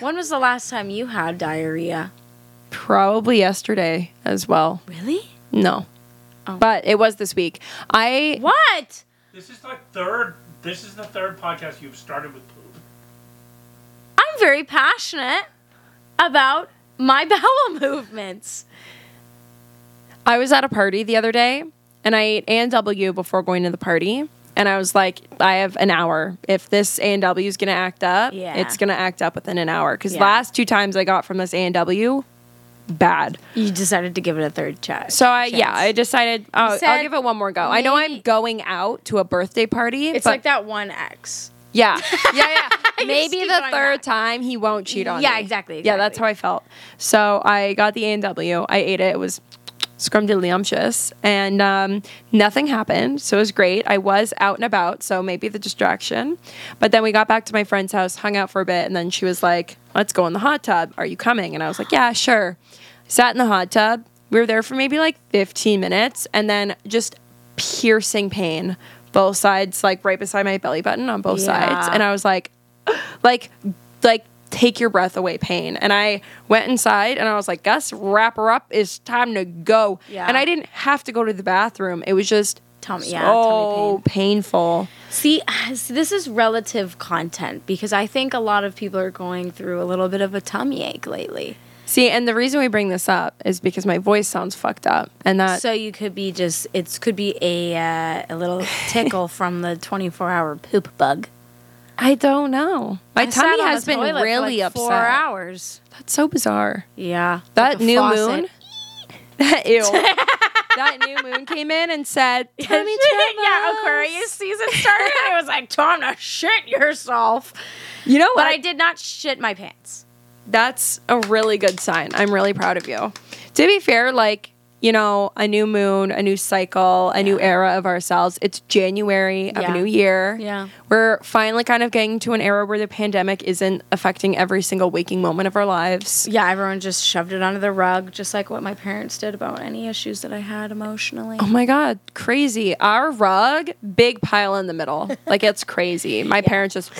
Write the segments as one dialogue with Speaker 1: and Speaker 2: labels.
Speaker 1: When was the last time you had diarrhea?
Speaker 2: Probably yesterday as well.
Speaker 1: Really?
Speaker 2: No.
Speaker 1: Oh.
Speaker 2: But it was this week. I
Speaker 1: What?
Speaker 3: This is like third. This is the third podcast you've started with poop.
Speaker 1: I'm very passionate about my bowel movements.
Speaker 2: I was at a party the other day and I ate A&W before going to the party and I was like I have an hour. If this A&W is going to act up,
Speaker 1: Yeah.
Speaker 2: it's going to act up within an hour cuz
Speaker 1: Yeah.
Speaker 2: last two times I got from this A&W bad.
Speaker 1: You decided to give it a third shot.
Speaker 2: So I yeah,
Speaker 1: chance.
Speaker 2: I decided oh,
Speaker 1: said
Speaker 2: I'll give it one more go. I know I'm
Speaker 1: maybe-
Speaker 2: going out to a birthday party.
Speaker 1: it's
Speaker 2: but-
Speaker 1: like that one X.
Speaker 2: Yeah, yeah, yeah. Maybe
Speaker 1: keep
Speaker 2: the
Speaker 1: going
Speaker 2: third
Speaker 1: back.
Speaker 2: time he won't cheat on
Speaker 1: Yeah,
Speaker 2: me.
Speaker 1: exactly,
Speaker 2: Yeah, that's
Speaker 1: exactly.
Speaker 2: how I felt. So I got the A and W. I ate it. It was scrumdiddlyumptious, and um, nothing happened. So it was great. I was out and about, so maybe the distraction. But then we got back to my friend's house, hung out for a bit, and then she was like, "Let's go in the hot tub. Are you coming?" And I was like, "Yeah, sure." Sat in the hot tub. We were there for maybe like 15 minutes, and then just piercing pain, both sides, like right beside my belly button on both sides,
Speaker 1: Yeah.
Speaker 2: and I was like like like take your breath away pain and i went inside and i was like gus wrap her up it's time to go
Speaker 1: Yeah.
Speaker 2: and i didn't have to go to the bathroom it was just
Speaker 1: Tummy-
Speaker 2: so
Speaker 1: yeah, tummy
Speaker 2: painful
Speaker 1: See, see, this is relative content because I think a lot of people are going through a little bit of a tummy ache lately.
Speaker 2: see and the reason we bring this up is because my voice sounds fucked up and that
Speaker 1: So you could be just it could be a uh, a little tickle from the 24-hour poop bug.
Speaker 2: i don't know
Speaker 1: I
Speaker 2: my
Speaker 1: sat
Speaker 2: tummy
Speaker 1: on
Speaker 2: has
Speaker 1: the
Speaker 2: been
Speaker 1: toilet for,
Speaker 2: really
Speaker 1: like
Speaker 2: upset
Speaker 1: Four hours.
Speaker 2: that's so bizarre
Speaker 1: Yeah.
Speaker 2: that
Speaker 1: Like a
Speaker 2: new
Speaker 1: faucet.
Speaker 2: moon that ew that new moon came in and said tummy
Speaker 1: yeah,
Speaker 2: troubles."
Speaker 1: Aquarius season started. I was like, "Time to shit yourself,"
Speaker 2: you know what
Speaker 1: but I did not shit my pants.
Speaker 2: that's a really good sign. I'm really proud of you. To be fair, like, you know, a new moon, a new cycle, a new era of ourselves. It's January of
Speaker 1: Yeah.
Speaker 2: a new year.
Speaker 1: Yeah.
Speaker 2: We're finally kind of getting to an era where the pandemic isn't affecting every single waking moment of our lives.
Speaker 1: Yeah, everyone just shoved it under the rug, just like what my parents did about any issues that I had emotionally.
Speaker 2: Oh my God, crazy. Our rug, big pile in the middle. Like, it's crazy. My parents just,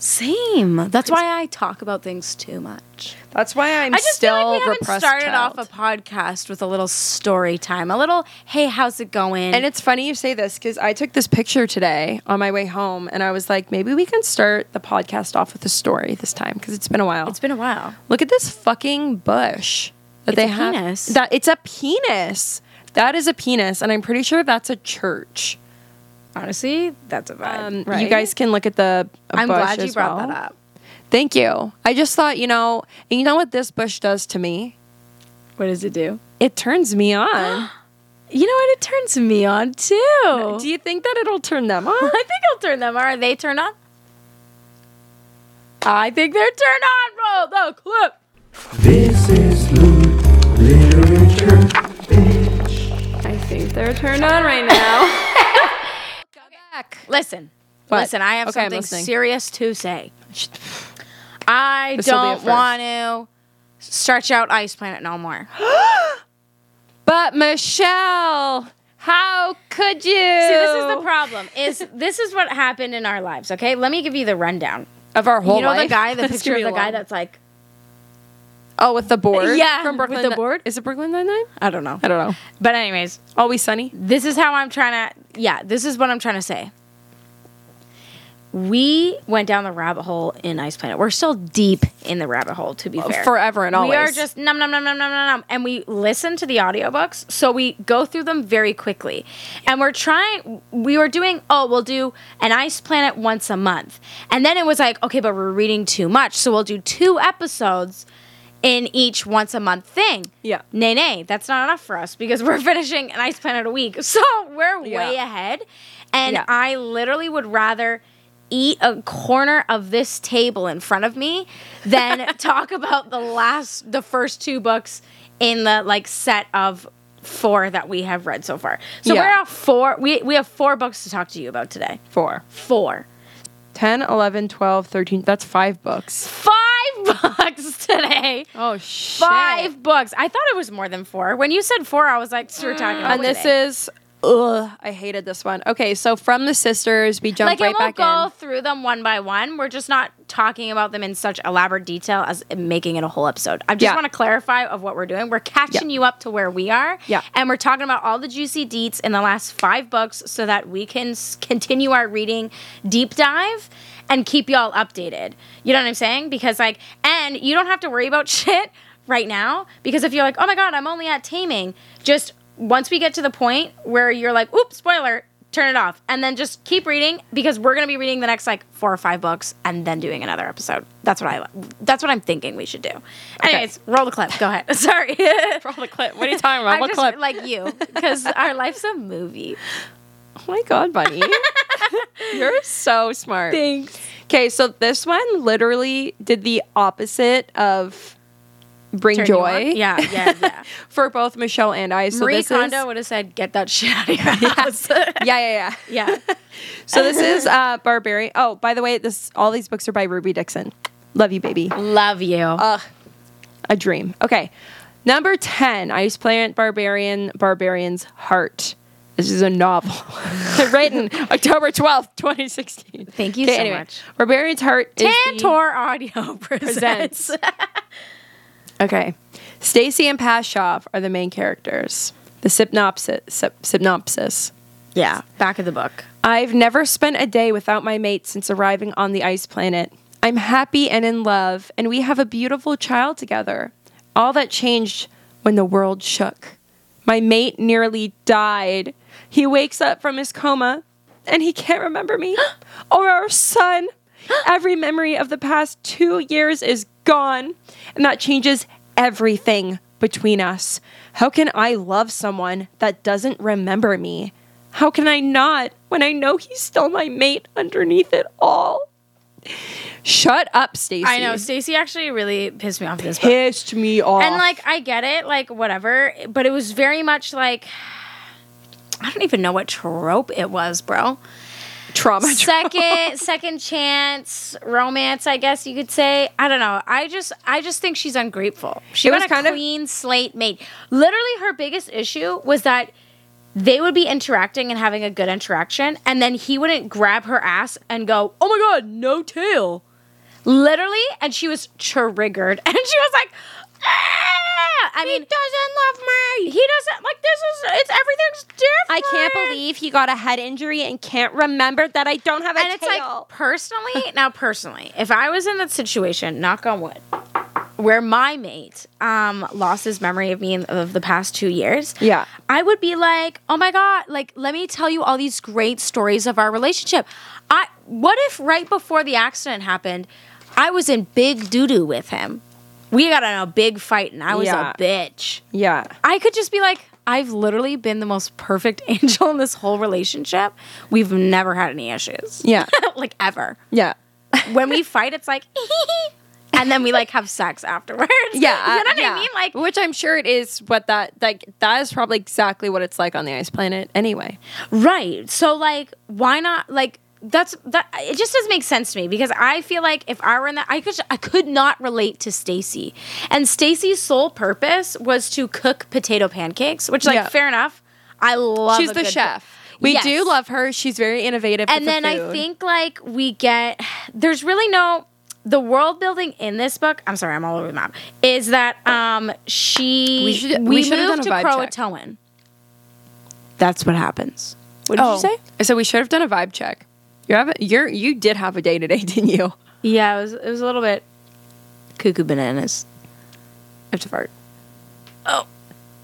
Speaker 1: Same. That's why I talk about things too much.
Speaker 2: that's why I'm
Speaker 1: I just
Speaker 2: still
Speaker 1: feel like we haven't
Speaker 2: repressed.
Speaker 1: started
Speaker 2: child.
Speaker 1: off a podcast with a little story time, a little "Hey, how's it going?"
Speaker 2: And it's funny you say this because I took this picture today on my way home and I was like, maybe we can start the podcast off with a story this time because it's been a while.
Speaker 1: it's been a while.
Speaker 2: Look at this fucking bush that
Speaker 1: It's
Speaker 2: they
Speaker 1: a
Speaker 2: have.
Speaker 1: penis.
Speaker 2: That it's a penis. That is a penis, and I'm pretty sure that's a church.
Speaker 1: Honestly, that's a vibe.
Speaker 2: Um, You
Speaker 1: right?
Speaker 2: guys can look at the. uh,
Speaker 1: I'm
Speaker 2: bush
Speaker 1: glad you
Speaker 2: as
Speaker 1: brought
Speaker 2: well.
Speaker 1: that up.
Speaker 2: Thank you. I just thought, you know, and you know what this bush does to me?
Speaker 1: What does it do?
Speaker 2: It turns me on.
Speaker 1: You know what? It turns me on too.
Speaker 2: Do you think that it'll turn them on?
Speaker 1: I think I'll turn them on. Are they turned on? I think they're turned on. Roll the clip.
Speaker 4: This is Loot Literature, bitch.
Speaker 2: I think they're turned on right now.
Speaker 1: Listen,
Speaker 2: What?
Speaker 1: listen. I have
Speaker 2: Okay, I'm
Speaker 1: something
Speaker 2: listening.
Speaker 1: serious to say. I
Speaker 2: This will be a
Speaker 1: don't
Speaker 2: first.
Speaker 1: want to stretch out Ice Planet no more.
Speaker 2: But Michelle, how could
Speaker 1: See,
Speaker 2: you?
Speaker 1: this is the problem. Is this is what happened in our lives? Okay, let me give you the rundown.
Speaker 2: of our whole
Speaker 1: you know
Speaker 2: life.
Speaker 1: the guy, the
Speaker 2: That's
Speaker 1: picture
Speaker 2: gonna
Speaker 1: of
Speaker 2: be
Speaker 1: the guy
Speaker 2: long.
Speaker 1: that's like,
Speaker 2: oh with the board.
Speaker 1: Yeah,
Speaker 2: from
Speaker 1: with
Speaker 2: Brooklyn.
Speaker 1: the
Speaker 2: Ni-
Speaker 1: board.
Speaker 2: Is it Brooklyn Nine Nine?
Speaker 1: I don't know.
Speaker 2: I don't know.
Speaker 1: But anyways,
Speaker 2: Always sunny.
Speaker 1: this is how I'm trying to, yeah, this is what I'm trying to say. We went down the rabbit hole in Ice Planet. We're still deep in the rabbit hole, to be fair.
Speaker 2: Forever and always.
Speaker 1: We are just num num num num num num num, and we listen to the audiobooks, so we go through them very quickly. And we're trying. We were doing. Oh, we'll do an ice planet once a month, and then it was like, okay, but we're reading too much, so we'll do two episodes in each once a month thing.
Speaker 2: Yeah.
Speaker 1: Nay, nay, that's not enough for us because we're finishing an ice planet a week, so we're
Speaker 2: Yeah.
Speaker 1: way ahead. And
Speaker 2: Yeah.
Speaker 1: I literally would rather eat a corner of this table in front of me than talk about the last the first two books in the like set of four that we have read so far. So
Speaker 2: Yeah.
Speaker 1: we're at four we we have four books to talk to you about today.
Speaker 2: four.
Speaker 1: Four.
Speaker 2: 10, 11, 12, 13. That's five books.
Speaker 1: Five books today.
Speaker 2: Oh shit.
Speaker 1: Five books. I thought it was more than four. When you said four, I was like, so we're talking about
Speaker 2: And this
Speaker 1: today."
Speaker 2: is ugh, I hated this one. Okay, so from the sisters, we jump
Speaker 1: like
Speaker 2: right
Speaker 1: it won't
Speaker 2: back
Speaker 1: go
Speaker 2: in.
Speaker 1: through them one by one. We're just not talking about them in such elaborate detail as making it a whole episode. I just
Speaker 2: Yeah.
Speaker 1: want to clarify of what we're doing. We're catching you up to where we are.
Speaker 2: Yeah.
Speaker 1: And we're talking about all the juicy deets in the last five books so that we can s- continue our reading deep dive and keep y'all updated. You know what I'm saying? Because, like, and you don't have to worry about shit right now because if you're like, oh my God, I'm only at taming, just once we get to the point where you're like, oops, spoiler, turn it off. And then just keep reading because we're going to be reading the next like four or five books and then doing another episode. That's what I that's what I'm thinking we should do. Anyways, roll the clip. Go ahead. Sorry.
Speaker 2: Roll the clip. What are you talking about?
Speaker 1: I'm
Speaker 2: What
Speaker 1: just
Speaker 2: clip?
Speaker 1: like you because our life's a movie.
Speaker 2: oh my god, bunny. You're so smart. Okay, so this one literally did the opposite of bring
Speaker 1: Turn you
Speaker 2: joy.
Speaker 1: on? Yeah, yeah, yeah.
Speaker 2: For both Michelle and I. So
Speaker 1: Marie
Speaker 2: this
Speaker 1: Kondo
Speaker 2: is
Speaker 1: would have said, "Get that shit out of your house."
Speaker 2: Yeah, yeah, yeah.
Speaker 1: yeah.
Speaker 2: So this is uh Barbarian. Oh, by the way, this all these books are by Ruby Dixon. Love you, baby.
Speaker 1: Love you.
Speaker 2: A dream. Okay. Number 10, Ice Plant Barbarian, Barbarian's Heart. This is a novel written October 12th, 2016.
Speaker 1: Thank you
Speaker 2: 'Kay,
Speaker 1: so much.
Speaker 2: Barbarian's Heart is the-
Speaker 1: Tantor Audio presents.
Speaker 2: Presents. Okay. Stacy and Pashoff are the main characters. The synopsis. Syp- synopsis.
Speaker 1: yeah, back of the book.
Speaker 2: I've never spent a day without my mate since arriving on the ice planet. I'm happy and in love, and we have a beautiful child together. All that changed when the world shook. My mate nearly died. He wakes up from his coma and he can't remember me or our son. Every memory of the past two years is gone, and that changes everything between us. How can I love someone that doesn't remember me? How can I not when I know he's still my mate underneath it all? Shut up, Stacy.
Speaker 1: I know Stacey actually really pissed me off in this book.
Speaker 2: Pissed me off.
Speaker 1: And like I get it, like whatever, but it was very much like I don't even know what trope it was, bro.
Speaker 2: trauma.
Speaker 1: Second second chance romance, I guess you could say. I don't know. I just I just think she's ungrateful. She
Speaker 2: It
Speaker 1: was
Speaker 2: was
Speaker 1: got a
Speaker 2: kind of-
Speaker 1: clean slate made. Literally her biggest issue was that they would be interacting and having a good interaction, and then he wouldn't grab her ass and go, "Oh my god, no tail," literally, and she was triggered, and she was like, "Ah!" "I mean, he doesn't love me. He doesn't like this is it's everything's different."
Speaker 2: I can't believe he got a head injury and can't remember that I don't have a
Speaker 1: And it's like personally, now personally, if I was in that situation, knock on wood, where my mate um lost his memory of me in, of the past two years,
Speaker 2: Yeah.
Speaker 1: I would be like, oh my god, like let me tell you all these great stories of our relationship. I what if right before the accident happened, I was in big doo doo with him. We got in a big fight, and I was
Speaker 2: Yeah.
Speaker 1: a bitch.
Speaker 2: yeah.
Speaker 1: I could just be like, I've literally been the most perfect angel in this whole relationship. We've never had any issues.
Speaker 2: Yeah.
Speaker 1: like ever.
Speaker 2: Yeah.
Speaker 1: When we fight, it's like, and then we like have sex afterwards.
Speaker 2: Yeah.
Speaker 1: you know
Speaker 2: uh,
Speaker 1: what
Speaker 2: yeah.
Speaker 1: I mean? Like,
Speaker 2: which I'm sure it is what that like that is probably exactly what it's like on the ice planet anyway.
Speaker 1: Right. So like why not like that's that it just doesn't make sense to me because I feel like if I were in that I could I could not relate to Stacy. And Stacy's sole purpose was to cook potato pancakes, which like
Speaker 2: Yeah.
Speaker 1: fair enough. I love
Speaker 2: She's
Speaker 1: a
Speaker 2: the
Speaker 1: good
Speaker 2: chef.
Speaker 1: cook.
Speaker 2: We
Speaker 1: Yes.
Speaker 2: do love her. She's very innovative. with
Speaker 1: And
Speaker 2: the
Speaker 1: then I
Speaker 2: food.
Speaker 1: think like we get there's really no the world building in this book, I'm sorry, I'm all over the map, is that um she
Speaker 2: We should- we should have
Speaker 1: moved
Speaker 2: done a
Speaker 1: to
Speaker 2: vibe check.
Speaker 1: Croatoan. That's what happens. What did
Speaker 2: oh,
Speaker 1: you say?
Speaker 2: I said we should have done a vibe check. You have you're you did have a day today, didn't you?
Speaker 1: Yeah, it was it was a little bit cuckoo bananas.
Speaker 2: I have to fart. Ah,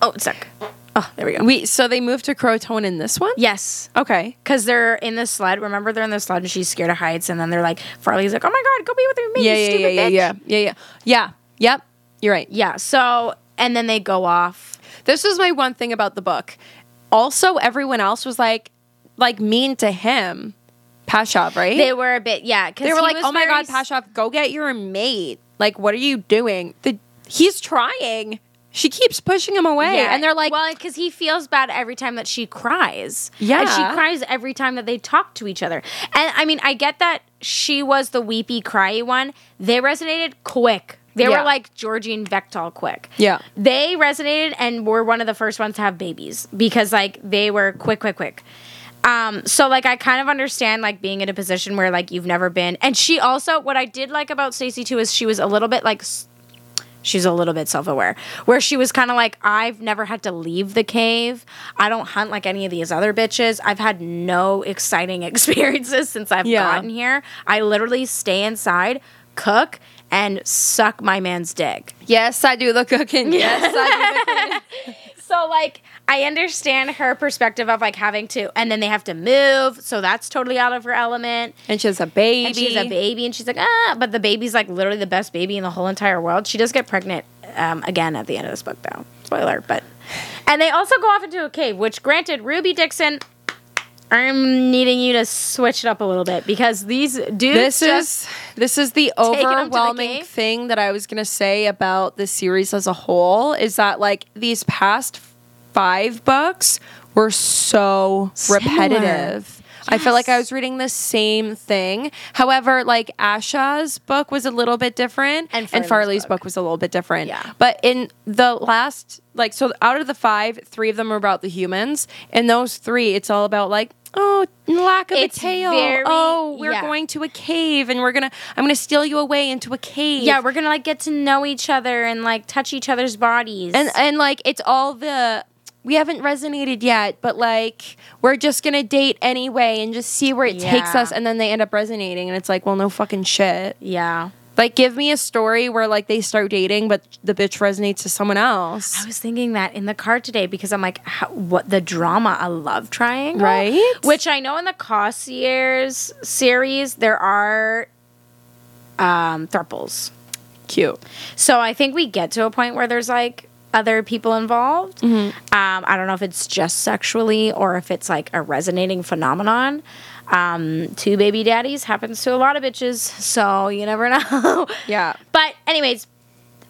Speaker 1: Oh, it's stuck. Oh, there we go.
Speaker 2: We so they moved to Croton in this one?
Speaker 1: Yes,
Speaker 2: Okay.
Speaker 1: because they're in the sled. Remember, they're in the sled, and she's scared of heights. And then they're like, Farley's like, "Oh my god, go be with me,
Speaker 2: Yeah,
Speaker 1: you
Speaker 2: yeah,
Speaker 1: stupid
Speaker 2: yeah,
Speaker 1: bitch."
Speaker 2: yeah, yeah, yeah, yeah. Yeah. Yep. You're right.
Speaker 1: Yeah, So, and then they go off.
Speaker 2: This was my one thing about the book. Also, everyone else was like, like mean to him, Pashov, right?
Speaker 1: They were a bit, yeah, because
Speaker 2: They were like, "Oh my god, Pashov, go get your mate! Like, what are you doing? The, he's trying. She keeps pushing him away, and they're like,
Speaker 1: well, because he feels bad every time that she cries. and
Speaker 2: Yeah.
Speaker 1: she cries every time that they talk to each other. And I mean, I get that she was the weepy, cryy one. They resonated quick. They
Speaker 2: Yeah.
Speaker 1: were like Georgie and Vectol quick.
Speaker 2: Yeah.
Speaker 1: they resonated and were one of the first ones to have babies because like they were quick, quick, quick. Um, so like I kind of understand like being in a position where like you've never been. And she also what I did like about Stacey too is she was a little bit like s- she's a little bit self-aware where she was kind of like I've never had to leave the cave. I don't hunt like any of these other bitches. I've had no exciting experiences since I've
Speaker 2: Yeah.
Speaker 1: gotten here. I literally stay inside, cook and suck my man's dick.
Speaker 2: Yes, I do the cooking. Yes, I do the cooking.
Speaker 1: So like I understand her perspective of like having to and then they have to move, so that's totally out of her element.
Speaker 2: And she has a baby.
Speaker 1: And she's a baby and she's like, ah, but the baby's like literally the best baby in the whole entire world. She does get pregnant um, again at the end of this book though. Spoiler, but and they also go off into a cave, which granted, Ruby Dixon, I'm needing you to switch it up a little bit because these dudes
Speaker 2: This
Speaker 1: just
Speaker 2: is this is the
Speaker 1: 'em to the
Speaker 2: overwhelming
Speaker 1: cave.
Speaker 2: thing that I was gonna say about the series as a whole is that like these past five books were so
Speaker 1: Similar.
Speaker 2: repetitive. I felt like I
Speaker 1: Yes.
Speaker 2: was reading the same thing. However, like Asha's book was a little bit different,
Speaker 1: And
Speaker 2: and
Speaker 1: Farley's
Speaker 2: Farley's
Speaker 1: book.
Speaker 2: book was a little bit different.
Speaker 1: Yeah.
Speaker 2: But in the last, like, so out of the five, three of them are about the humans, and those three, it's all about like, oh, lack of
Speaker 1: It's
Speaker 2: a tail.
Speaker 1: very-
Speaker 2: oh, we're
Speaker 1: yeah.
Speaker 2: going to a cave, and we're gonna, I'm gonna steal you away into a cave.
Speaker 1: yeah, we're gonna like get to know each other and like touch each other's bodies.
Speaker 2: and and like it's all the. We haven't resonated yet, but like we're just gonna date anyway and just see where it takes
Speaker 1: Yeah.
Speaker 2: us, and then they end up resonating, and it's like, well, no fucking shit.
Speaker 1: yeah.
Speaker 2: Like, give me a story where like they start dating, but the bitch resonates to someone
Speaker 1: I
Speaker 2: else.
Speaker 1: was thinking that in the car today because I'm like, how, what the drama a love triangle,
Speaker 2: Right?
Speaker 1: Which I know in the Cossier's series there are um, thruples,
Speaker 2: Cute.
Speaker 1: so I think we get to a point where there's like other people involved. Um, I don't know if it's just sexually or if it's like a resonating phenomenon. Um, two baby daddies happens to a lot of bitches, so you never know.
Speaker 2: Yeah.
Speaker 1: But anyways,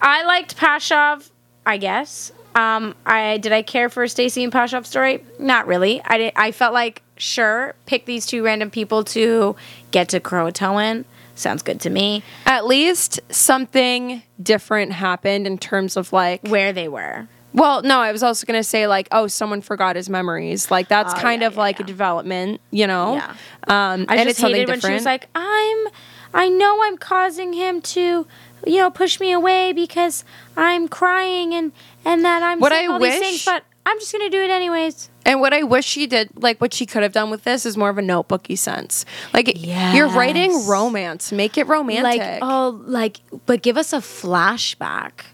Speaker 1: I liked Pashov, I guess. Um, I did I care for Stacy and Pashov's story? Not really. I did, I felt like sure, pick these two random people to get to Croatoan. Sounds good to me.
Speaker 2: At least something different happened in terms of like
Speaker 1: Where they were.
Speaker 2: well, no, I was also going to say like oh, someone forgot his memories. Like that's
Speaker 1: Oh,
Speaker 2: kind
Speaker 1: yeah,
Speaker 2: of
Speaker 1: yeah,
Speaker 2: like
Speaker 1: yeah.
Speaker 2: a development, you know.
Speaker 1: Yeah.
Speaker 2: Um
Speaker 1: I
Speaker 2: and it's
Speaker 1: just
Speaker 2: something
Speaker 1: hated when
Speaker 2: different.
Speaker 1: she was like, I'm I know I'm causing him to you know, push me away because I'm crying and and that I'm
Speaker 2: What
Speaker 1: saying
Speaker 2: I
Speaker 1: all these
Speaker 2: wish-
Speaker 1: things, but I'm just gonna do it anyways.
Speaker 2: And what I wish she did, like what she could have done with this, is more of a notebooky sense. Like you're writing
Speaker 1: Yes.
Speaker 2: romance, make it romantic.
Speaker 1: Like, oh, like, but give us a flashback.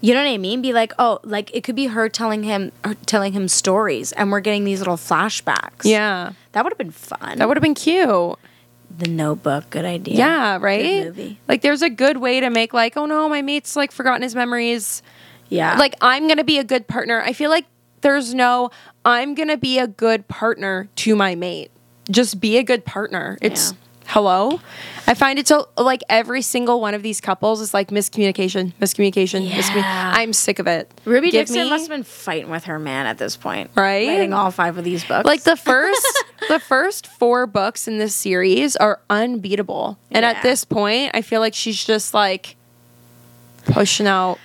Speaker 1: You know what I mean? Be like, oh, like it could be her telling him, her telling him stories, and we're getting these little flashbacks.
Speaker 2: yeah,
Speaker 1: that would have been fun.
Speaker 2: that would have been cute.
Speaker 1: the Notebook, good idea.
Speaker 2: Yeah, right.
Speaker 1: movie.
Speaker 2: Like there's a good way to make like, oh no, my mate's like forgotten his memories.
Speaker 1: yeah.
Speaker 2: Like I'm gonna be a good partner. I feel like there's no I'm gonna be a good partner to my mate. Just be a good partner. It's
Speaker 1: Yeah.
Speaker 2: hello. I find it so like every single one of these couples is like miscommunication, miscommunication, miscommunication.
Speaker 1: Yeah.
Speaker 2: I'm sick of it.
Speaker 1: Ruby
Speaker 2: Give
Speaker 1: Dixon
Speaker 2: me-
Speaker 1: must have been fighting with her man at this point,
Speaker 2: Right?
Speaker 1: Writing all five of these books,
Speaker 2: Like the first the first four books in this series are unbeatable. And
Speaker 1: Yeah.
Speaker 2: at this point, I feel like she's just like pushing out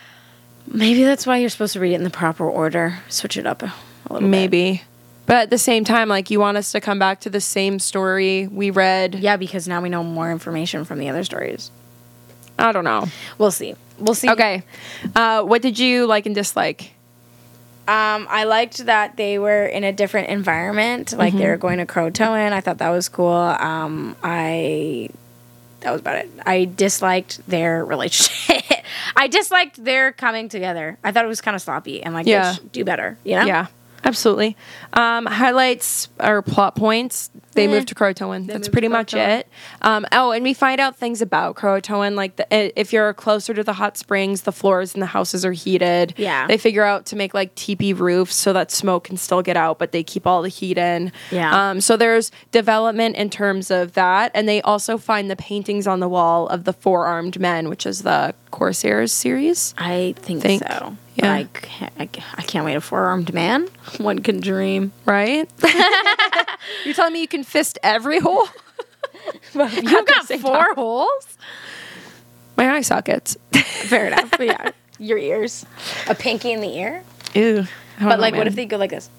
Speaker 1: maybe that's why you're supposed to read it in the proper order. Switch it up a a little. bit.
Speaker 2: maybe. But at the same time, like you want us to come back to the same story we read.
Speaker 1: Yeah, because now we know more information from the other stories.
Speaker 2: I don't know.
Speaker 1: We'll see. We'll see.
Speaker 2: Okay. Uh, what did you like and dislike?
Speaker 1: Um, I liked that they were in a different environment. Like
Speaker 2: Mm-hmm.
Speaker 1: they were going to Croatoan. I thought that was cool. Um, I that was about it. I disliked their relationship. I disliked their coming together. I thought it was kind of sloppy and like
Speaker 2: Yeah.
Speaker 1: they should do better. You know?
Speaker 2: Yeah, absolutely. Um, highlights or plot points. They moved to Croatoan. That's
Speaker 1: Mm-hmm. moved
Speaker 2: pretty
Speaker 1: to
Speaker 2: much
Speaker 1: Croatoan.
Speaker 2: it. Um, oh, and we find out things about Croatoan, like the, i- if you're closer to the hot springs, the floors and the houses are heated.
Speaker 1: Yeah.
Speaker 2: they figure out to make like teepee roofs so that smoke can still get out, but they keep all the heat in.
Speaker 1: Yeah.
Speaker 2: Um, so there's development in terms of that, and they also find the paintings on the wall of the four armed men, which is the Corsairs series.
Speaker 1: I think,
Speaker 2: Think.
Speaker 1: so.
Speaker 2: Yeah.
Speaker 1: I can't, I ca- I can't wait a four armed man. One can dream.
Speaker 2: right? You're telling me you can fist every hole?
Speaker 1: You've got four holes.
Speaker 2: My eye sockets.
Speaker 1: Fair enough. But yeah, your ears, a pinky in the ear.
Speaker 2: Ew.
Speaker 1: But like, what if they go like this?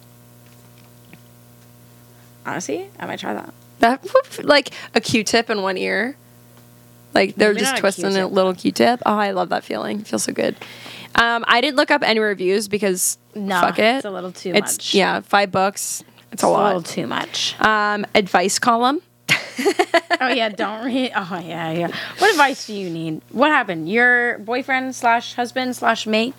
Speaker 1: Honestly, I might try that.
Speaker 2: That would- like a Q-tip in one ear. Like they're
Speaker 1: Maybe
Speaker 2: just
Speaker 1: not a
Speaker 2: twisting a
Speaker 1: Q-tip.
Speaker 2: little Q-tip. Oh, I love that feeling. It feels so good. Um, I didn't look up any reviews because
Speaker 1: No,
Speaker 2: fuck it.
Speaker 1: it's a little too
Speaker 2: It's-
Speaker 1: much.
Speaker 2: Yeah, five bucks.
Speaker 1: It's
Speaker 2: It's
Speaker 1: a
Speaker 2: a lot.
Speaker 1: little too much.
Speaker 2: um, advice column.
Speaker 1: oh yeah, don't read. Oh yeah, yeah. What advice do you need? What happened? Your boyfriend slash husband slash mate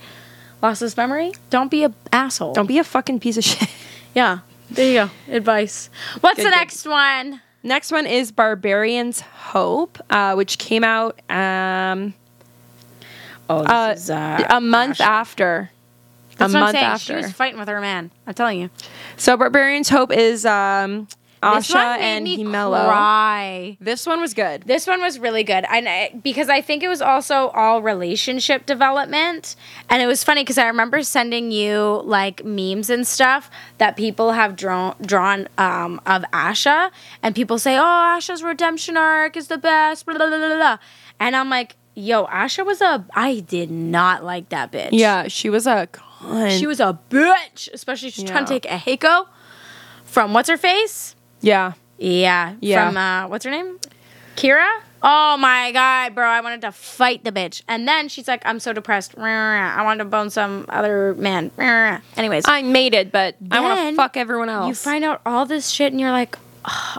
Speaker 1: lost his memory. Don't be a asshole.
Speaker 2: Don't be a fucking piece of shit.
Speaker 1: Yeah. There you go. Advice. What's
Speaker 2: Good,
Speaker 1: the
Speaker 2: good.
Speaker 1: next one?
Speaker 2: Next one is Barbarian's Hope, uh, which came out um,
Speaker 1: Oh, this
Speaker 2: uh,
Speaker 1: is, uh,
Speaker 2: a month
Speaker 1: Ashley.
Speaker 2: after.
Speaker 1: That's what
Speaker 2: a
Speaker 1: I'm
Speaker 2: month
Speaker 1: saying.
Speaker 2: after.
Speaker 1: She was fighting with her man. I'm telling you.
Speaker 2: so Barbarian's Hope is um,
Speaker 1: This one
Speaker 2: Asha
Speaker 1: made
Speaker 2: and
Speaker 1: me
Speaker 2: Himelo.
Speaker 1: cry.
Speaker 2: This one was good.
Speaker 1: This one was really good, and I, because I think it was also all relationship development, and it was funny because I remember sending you like memes and stuff that people have drawn drawn um, of Asha, and people say, "Oh, Asha's redemption arc is the best," blah blah blah blah, blah. and I'm like, "Yo, Asha was a I did not like that bitch.
Speaker 2: Yeah, she was a cunt.
Speaker 1: she was a bitch, especially she's trying to
Speaker 2: Yeah.
Speaker 1: take a Heiko from what's her face."
Speaker 2: yeah.
Speaker 1: Yeah.
Speaker 2: Yeah.
Speaker 1: From uh, what's her name? Kira. Oh my god, bro! I wanted to fight the bitch, and then she's like, "I'm so depressed. I wanted to bone some other man." Anyways,
Speaker 2: I made it, but I want
Speaker 1: Then
Speaker 2: to fuck everyone else.
Speaker 1: you find out all this shit, and you're like,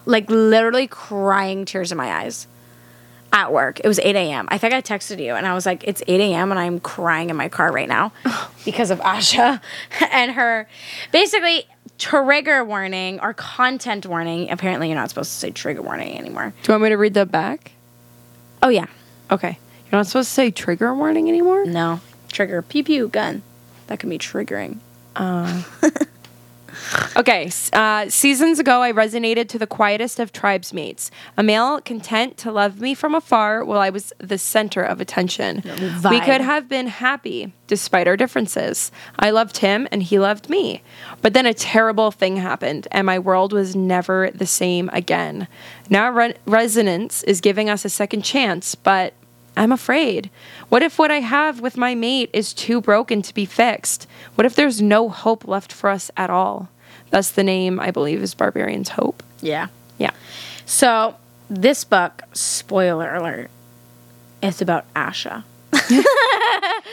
Speaker 1: like literally crying tears in my eyes. At work, it was 8 a.m. I think I texted you, and I was like, "It's 8 a.m. and I'm crying in my car right now because of Asha and her." Basically, trigger warning or content warning. Apparently, you're not supposed to say trigger warning anymore.
Speaker 2: Do you want me to read that back?
Speaker 1: Oh yeah,
Speaker 2: Okay. You're not supposed to say trigger warning anymore?
Speaker 1: no trigger pew pew gun. That can be triggering.
Speaker 2: Okay, s- uh, seasons ago, I resonated to the quietest of tribesmates, a male content to love me from afar while I was the center of attention. We
Speaker 1: vibe.
Speaker 2: could have been happy despite our differences. I loved him and he loved me. But then a terrible thing happened, and my world was never the same again. Now, re- Resonance is giving us a second chance, but I'm afraid. What if what I have with my mate is too broken to be fixed? What if there's no hope left for us at all? Thus, the name I believe is Barbarian's Hope.
Speaker 1: Yeah.
Speaker 2: Yeah.
Speaker 1: So this book, spoiler alert, it's about Asha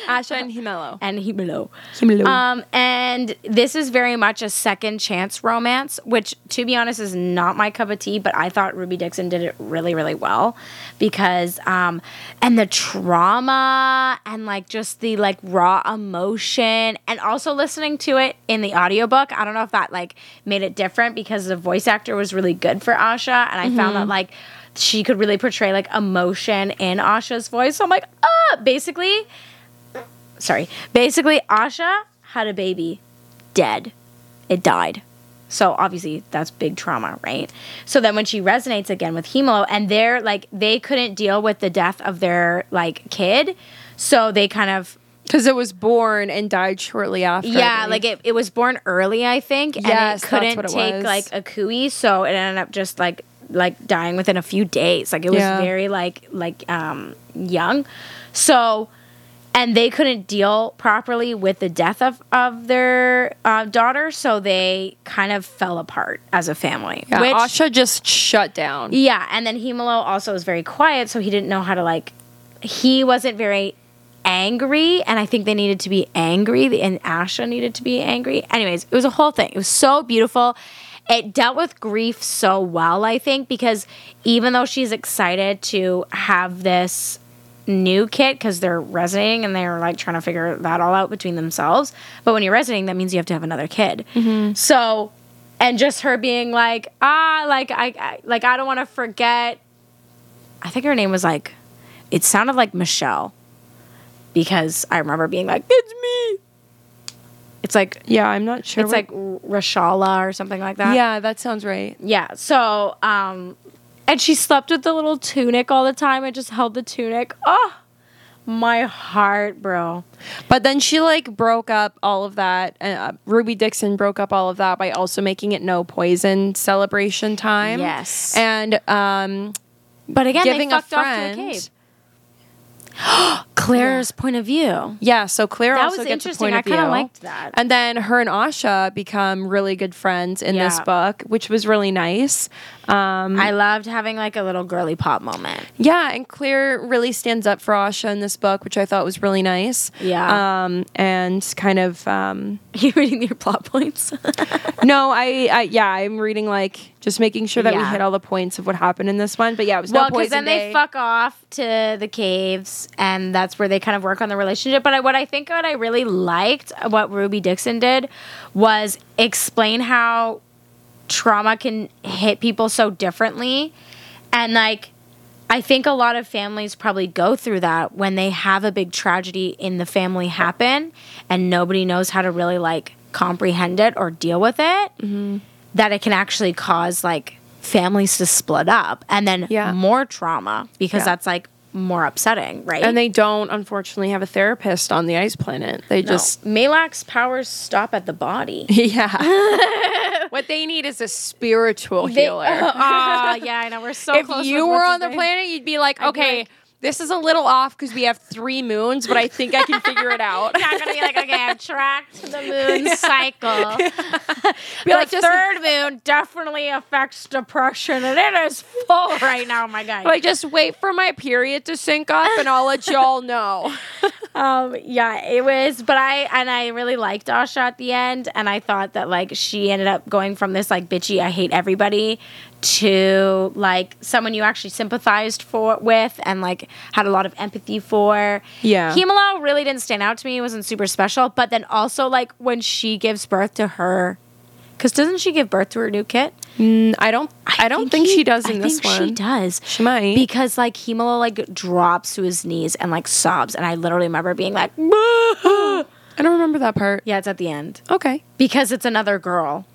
Speaker 2: Asha and Himelo.
Speaker 1: and Himelo.
Speaker 2: Himelo.
Speaker 1: Um, and this is very much a second chance romance, which, to be honest, is not my cup of tea. But I thought Ruby Dixon did it really, really well because, um, and the trauma and like just the like raw emotion, and also listening to it in the audiobook. I don't know if that like made it different because the voice actor was really good for Asha, and I found that like she could really portray like emotion in Asha's voice. So I'm like, ah, basically sorry. Basically, Asha had a baby dead. It died. So obviously that's big trauma, right? So then when she resonates again with Himalo and they're like they couldn't deal with the death of their like kid, so they kind of
Speaker 2: Because it was born and died shortly after. I
Speaker 1: yeah,
Speaker 2: believe.
Speaker 1: like it, it was born early, I think,
Speaker 2: Yes, that's
Speaker 1: and it couldn't
Speaker 2: what it
Speaker 1: take
Speaker 2: was.
Speaker 1: like a cooey, so it ended up just like like dying within a few days. Like it was
Speaker 2: Yeah.
Speaker 1: very like like um young. So and they couldn't deal properly with the death of of their uh, daughter, so they kind of fell apart as a family.
Speaker 2: Yeah,
Speaker 1: which,
Speaker 2: Asha just shut down.
Speaker 1: yeah, and then Himalo also was very quiet, so he didn't know how to like. He wasn't very angry, and I think they needed to be angry, and Asha needed to be angry. Anyways, it was a whole thing. It was so beautiful. It dealt with grief so well, I think, because even though she's excited to have this new kit because they're resonating and they're like trying to figure that all out between themselves. But when you're resonating, that means you have to have another kid. So, and just her being like, ah, like I, I like I don't want to forget. I think her name was like, it sounded like Michelle, because I remember being like, it's me. It's like
Speaker 2: Yeah, I'm not sure.
Speaker 1: it's
Speaker 2: what-
Speaker 1: like Rashala or something like that.
Speaker 2: yeah, that sounds right.
Speaker 1: Yeah. So, um, and she slept with the little tunic all the time. I just held the tunic. Oh, my heart, bro.
Speaker 2: But then she like broke up all of that. Uh, Ruby Dixon broke up all of that by also making it no poison celebration time.
Speaker 1: Yes.
Speaker 2: and um,
Speaker 1: But again,
Speaker 2: giving
Speaker 1: they
Speaker 2: a
Speaker 1: fucked
Speaker 2: friend.
Speaker 1: off to a cave. Claire's point of view.
Speaker 2: Yeah, so Claire
Speaker 1: That
Speaker 2: also
Speaker 1: was
Speaker 2: gets a
Speaker 1: interesting.
Speaker 2: point
Speaker 1: I
Speaker 2: of view.
Speaker 1: kinda liked that.
Speaker 2: And then her and Asha become really good friends in this
Speaker 1: Yeah.
Speaker 2: book, which was really nice. Um,
Speaker 1: I loved having like a little girly pop moment.
Speaker 2: yeah, and Claire really stands up for Asha in this book, which I thought was really nice.
Speaker 1: Yeah.
Speaker 2: Um, and kind of um,
Speaker 1: You reading your plot points?
Speaker 2: no, I, I yeah, I'm reading like just making sure that we
Speaker 1: Yeah.
Speaker 2: hit all the points of what happened in this one. But yeah, it was
Speaker 1: well,
Speaker 2: no
Speaker 1: because then
Speaker 2: poison
Speaker 1: they
Speaker 2: day.
Speaker 1: fuck off to the caves, and that's where they kind of work on the relationship. But I, what I think what I really liked, uh, what Ruby Dixon did, was explain how trauma can hit people so differently, and like. I think a lot of families probably go through that when they have a big tragedy in the family happen and nobody knows how to really like comprehend it or deal with it.
Speaker 2: Mm-hmm.
Speaker 1: that it can actually cause like families to split up and then
Speaker 2: Yeah.
Speaker 1: more trauma because
Speaker 2: Yeah.
Speaker 1: that's like more upsetting, right?
Speaker 2: and they don't unfortunately have a therapist on the ice planet. They
Speaker 1: No.
Speaker 2: just
Speaker 1: Malak's powers stop at the body.
Speaker 2: Yeah. what they need is a spiritual healer.
Speaker 1: Ah, yeah, I know we're so.
Speaker 2: if
Speaker 1: close
Speaker 2: you
Speaker 1: with
Speaker 2: were
Speaker 1: what's
Speaker 2: on
Speaker 1: his
Speaker 2: the
Speaker 1: name.
Speaker 2: planet, you'd be like,
Speaker 1: be
Speaker 2: okay,
Speaker 1: like-
Speaker 2: this is a little off because we have three moons, but I think I can figure it out.
Speaker 1: I'm gonna be like, okay, I've tracked the moon cycle.
Speaker 2: Be
Speaker 1: the
Speaker 2: like, just,
Speaker 1: third moon definitely affects depression, and it is full right now, my guy.
Speaker 2: like, just wait for my period to sync up and I'll let y'all know.
Speaker 1: Um, yeah, it was, but I and I really liked Asha at the end, and I thought that like she ended up going from this like bitchy, I hate everybody, to like someone you actually sympathized for with and like had a lot of empathy for.
Speaker 2: Yeah.
Speaker 1: Himala really didn't stand out to me; it wasn't super special. But then also like when she gives birth to her, because doesn't she give birth to her new kit?
Speaker 2: I don't I, don't think,
Speaker 1: he-
Speaker 2: she does in
Speaker 1: I
Speaker 2: this
Speaker 1: think
Speaker 2: one.
Speaker 1: She does.
Speaker 2: She might.
Speaker 1: because like Himala like drops to his knees and like sobs, and I literally remember being like.
Speaker 2: I don't remember that part.
Speaker 1: Yeah, it's at the end
Speaker 2: Okay.
Speaker 1: because it's another girl,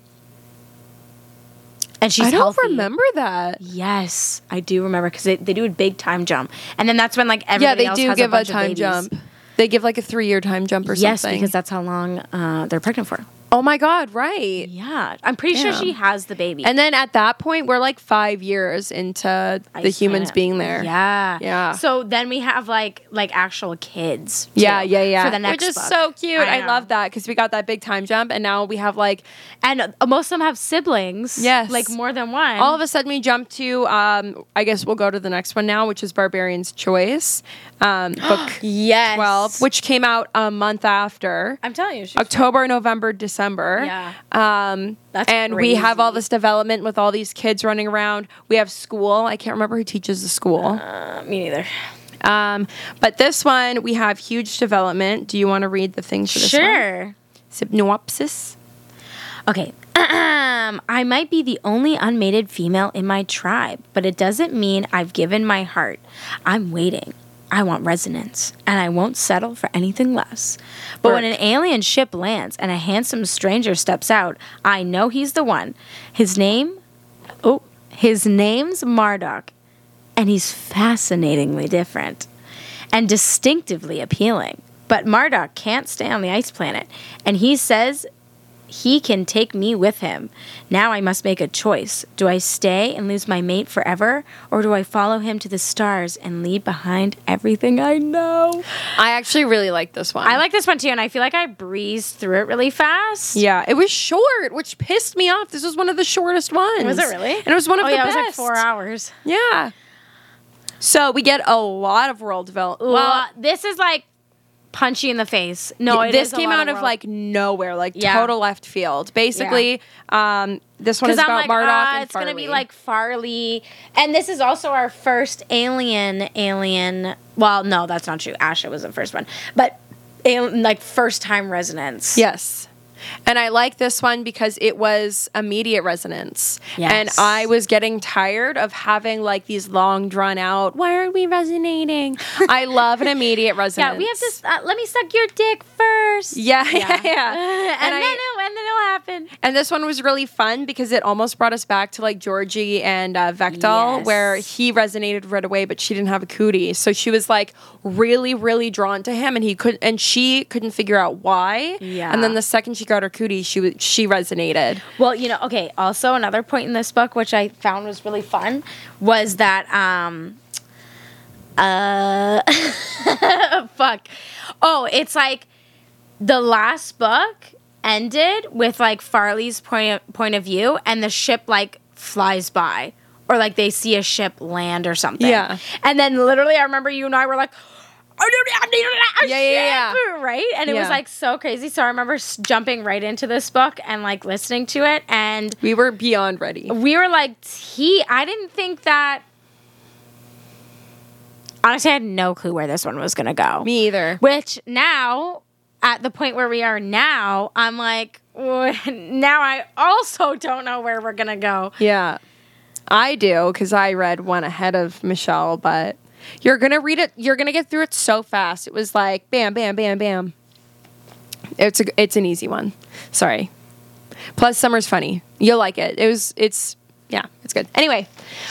Speaker 1: and she's
Speaker 2: I don't
Speaker 1: healthy.
Speaker 2: remember that.
Speaker 1: Yes, I do remember because they, they do a big time jump, and then that's when like
Speaker 2: yeah,
Speaker 1: everybody
Speaker 2: they
Speaker 1: else
Speaker 2: do
Speaker 1: has
Speaker 2: give
Speaker 1: a,
Speaker 2: a,
Speaker 1: bunch of
Speaker 2: time
Speaker 1: babies.
Speaker 2: jump. They give like a three year time jump or
Speaker 1: Yes,
Speaker 2: something.
Speaker 1: because that's how long uh, they're pregnant for.
Speaker 2: oh my God, right.
Speaker 1: Yeah, I'm pretty
Speaker 2: Yeah.
Speaker 1: sure she has the baby.
Speaker 2: And then at that point, we're like five years into the
Speaker 1: Ice
Speaker 2: humans
Speaker 1: planet.
Speaker 2: being there.
Speaker 1: Yeah,
Speaker 2: Yeah.
Speaker 1: So then we have like like actual kids. too,
Speaker 2: Yeah, yeah, yeah.
Speaker 1: For the next,
Speaker 2: which is
Speaker 1: book.
Speaker 2: so cute. I,
Speaker 1: know.
Speaker 2: love that because we got that big time jump, and now we have like
Speaker 1: And uh, most of them have siblings.
Speaker 2: Yes.
Speaker 1: like more than one.
Speaker 2: all of a sudden we jump to. Um, I guess we'll go to the next one now, which is Barbarian's Choice, um, book
Speaker 1: yes.
Speaker 2: twelve, which came out a month after.
Speaker 1: I'm telling you, she's
Speaker 2: October, November, December.
Speaker 1: Yeah.
Speaker 2: Um,
Speaker 1: That's
Speaker 2: and we have all
Speaker 1: crazy.
Speaker 2: this development with all these kids running around. We have school. I can't remember who teaches the school.
Speaker 1: uh, me neither.
Speaker 2: Um, but this one, we have huge development. Do you want to read the things for this one?
Speaker 1: Sure.
Speaker 2: Synopsis.
Speaker 1: Okay. I might be the only unmated female in my tribe, but it doesn't mean I've given my heart. I'm waiting. I want resonance, and I won't settle for anything less. But when
Speaker 2: Burke.
Speaker 1: an alien ship lands and a handsome stranger steps out, I know he's the one. His name? Oh, his name's Marduk, and he's fascinatingly different and distinctively appealing. But Marduk can't stay on the ice planet, and he says he can take me with him. Now I must make a choice. Do I stay and lose my mate forever, or do I follow him to the stars and leave behind everything I know?
Speaker 2: I actually really like this one.
Speaker 1: I like this one too, and I feel like I breezed through it really fast.
Speaker 2: Yeah, it was short, which pissed me off. This was one of the shortest ones.
Speaker 1: Was it really?
Speaker 2: And it was one of
Speaker 1: Oh,
Speaker 2: the
Speaker 1: yeah,
Speaker 2: best.
Speaker 1: it was like four hours.
Speaker 2: Yeah. So we get a lot of world development.
Speaker 1: Well, this is like punchy in the face. No, it
Speaker 2: this
Speaker 1: is a
Speaker 2: came
Speaker 1: lot
Speaker 2: out of,
Speaker 1: world-
Speaker 2: like nowhere, like
Speaker 1: Yeah.
Speaker 2: total left field. Basically, um, this one is
Speaker 1: Because I'm
Speaker 2: about
Speaker 1: like,
Speaker 2: Marduk
Speaker 1: ah,
Speaker 2: and
Speaker 1: it's going to be
Speaker 2: Farley.
Speaker 1: like Farley. And this is also our first alien, alien. Well, no, that's not true. Asha was the first one. But al- like first time resonance.
Speaker 2: Yes. And I like this one because it was immediate resonance.
Speaker 1: Yes.
Speaker 2: And I was getting tired of having like these long drawn out, why aren't we resonating? I love an immediate resonance.
Speaker 1: Yeah, we have this. Uh, let me suck your dick first.
Speaker 2: Yeah, yeah, yeah.
Speaker 1: and, then
Speaker 2: I-
Speaker 1: it, and then it'll happen.
Speaker 2: And this one was really fun because it almost brought us back to like Georgie and uh, Vectal,
Speaker 1: Yes.
Speaker 2: where he resonated right away, but she didn't have a cootie, so she was like really, really drawn to him, and he could, and she couldn't figure out why.
Speaker 1: Yeah.
Speaker 2: And then the second she got her cootie, she was she resonated.
Speaker 1: Well, you know, okay. Also, another point in this book, which I found was really fun, was that um, uh, fuck. Oh, it's like the last book ended with like Farley's point of, point of view, and the ship like flies by, or like they see a ship land or something.
Speaker 2: Yeah.
Speaker 1: And then literally, I remember you and I were like. "Oh, no, no, no, no, no,
Speaker 2: Yeah, yeah, yeah.
Speaker 1: ship," Right, and it was
Speaker 2: Yeah.
Speaker 1: like so crazy. So I remember s- jumping right into this book and like listening to it, and
Speaker 2: We were beyond ready.
Speaker 1: we were like he i didn't think that honestly i had no clue where this one was gonna go
Speaker 2: Me either.
Speaker 1: which now at the point where we are now i'm like now i also don't know where we're gonna go
Speaker 2: Yeah. I do because I read one ahead of Michelle, but you're going to read it. You're going to get through it so fast. It was like bam, bam, bam, bam. It's a, it's an easy one. Sorry. Plus, summer's funny. You'll like it. It was, it's, yeah, it's good. Anyway,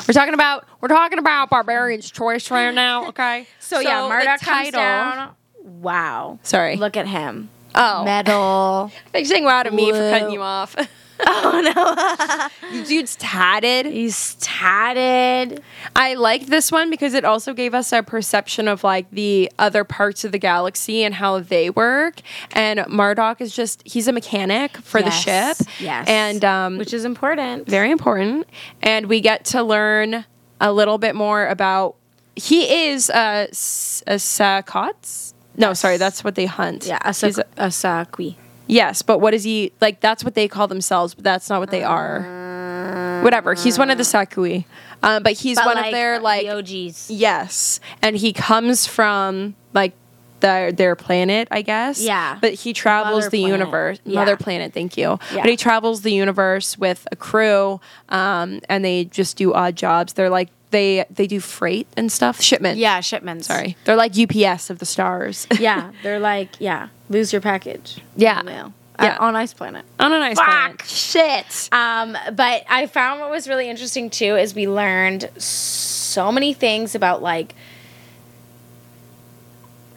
Speaker 2: we're talking about, we're talking about Barbarian's Choice right now, okay?
Speaker 1: so, yeah
Speaker 2: the
Speaker 1: murdoch comes down wow
Speaker 2: Sorry.
Speaker 1: look at him
Speaker 2: Oh.
Speaker 1: metal
Speaker 2: Thanks for saying wow to me for cutting
Speaker 1: Whoa.
Speaker 2: you off. oh,
Speaker 1: Oh,
Speaker 2: no. Dude's tatted.
Speaker 1: he's tatted
Speaker 2: I like this one because it also gave us a perception of like the other parts of the galaxy and how they work. And Mardok is just he's a mechanic for
Speaker 1: Yes,
Speaker 2: the ship.
Speaker 1: yes
Speaker 2: And um
Speaker 1: which is important
Speaker 2: very important. And we get to learn a little bit more about he is a, s- a Sakots. No, sorry, that's what they hunt.
Speaker 1: yeah a,
Speaker 2: He's
Speaker 1: sa- a saqui
Speaker 2: Yes, but what is he like? That's what they call themselves, but that's not what they are. Whatever. He's one of the Sakui, um, but he's
Speaker 1: Ah. But,
Speaker 2: one of their like
Speaker 1: the og's
Speaker 2: yes, and he comes from like their their planet, I guess.
Speaker 1: Yeah.
Speaker 2: but he travels
Speaker 1: Mother
Speaker 2: the
Speaker 1: planet.
Speaker 2: universe,
Speaker 1: Yeah.
Speaker 2: mother planet. Thank you.
Speaker 1: Yeah.
Speaker 2: But he travels the universe with a crew, um, and they just do odd jobs. They're like they they do freight and stuff, shipment.
Speaker 1: yeah shipments
Speaker 2: Sorry, they're like UPS of the stars.
Speaker 1: yeah, they're like, yeah, lose your package.
Speaker 2: Yeah.
Speaker 1: In the mail.
Speaker 2: Yeah.
Speaker 1: Uh, on Ice Planet.
Speaker 2: On a nice planet.
Speaker 1: Fuck.
Speaker 2: Shit.
Speaker 1: Um, but I found what was really interesting too is we learned so many things about like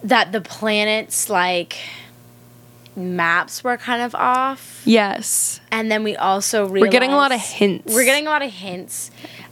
Speaker 1: that the planets like maps were kind of off,
Speaker 2: Yes.
Speaker 1: and then we also realized,
Speaker 2: We're getting a lot of hints.
Speaker 1: We're getting a lot of hints.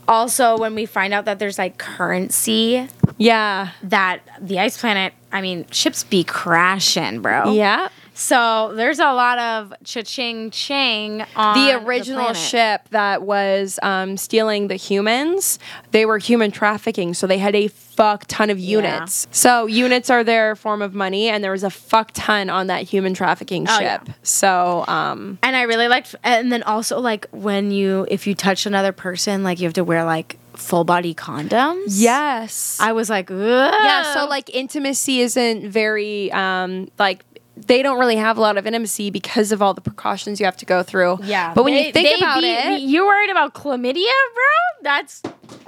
Speaker 1: Also, when we find out that there's like currency
Speaker 2: Yeah.
Speaker 1: that the ice planet, I mean, ships be crashing, bro.
Speaker 2: Yeah.
Speaker 1: So there's a lot of cha-ching ching on
Speaker 2: The original
Speaker 1: planet.
Speaker 2: ship that was um, stealing the humans, they were human trafficking, so they had a fuck ton of units. So units are their form of money, and there was a fuck ton on that human trafficking
Speaker 1: Oh, yeah.
Speaker 2: ship. So um,
Speaker 1: And I really liked, and then also like when you if you touch another person, like you have to wear like full body condoms.
Speaker 2: yes,
Speaker 1: I was like,
Speaker 2: yeah.
Speaker 1: yeah.
Speaker 2: So like intimacy isn't very um, like. They don't really have a lot of intimacy because of all the precautions you have to go through.
Speaker 1: yeah.
Speaker 2: But when
Speaker 1: They-
Speaker 2: you think
Speaker 1: they
Speaker 2: about
Speaker 1: be-
Speaker 2: it,
Speaker 1: you worried about chlamydia, bro? That's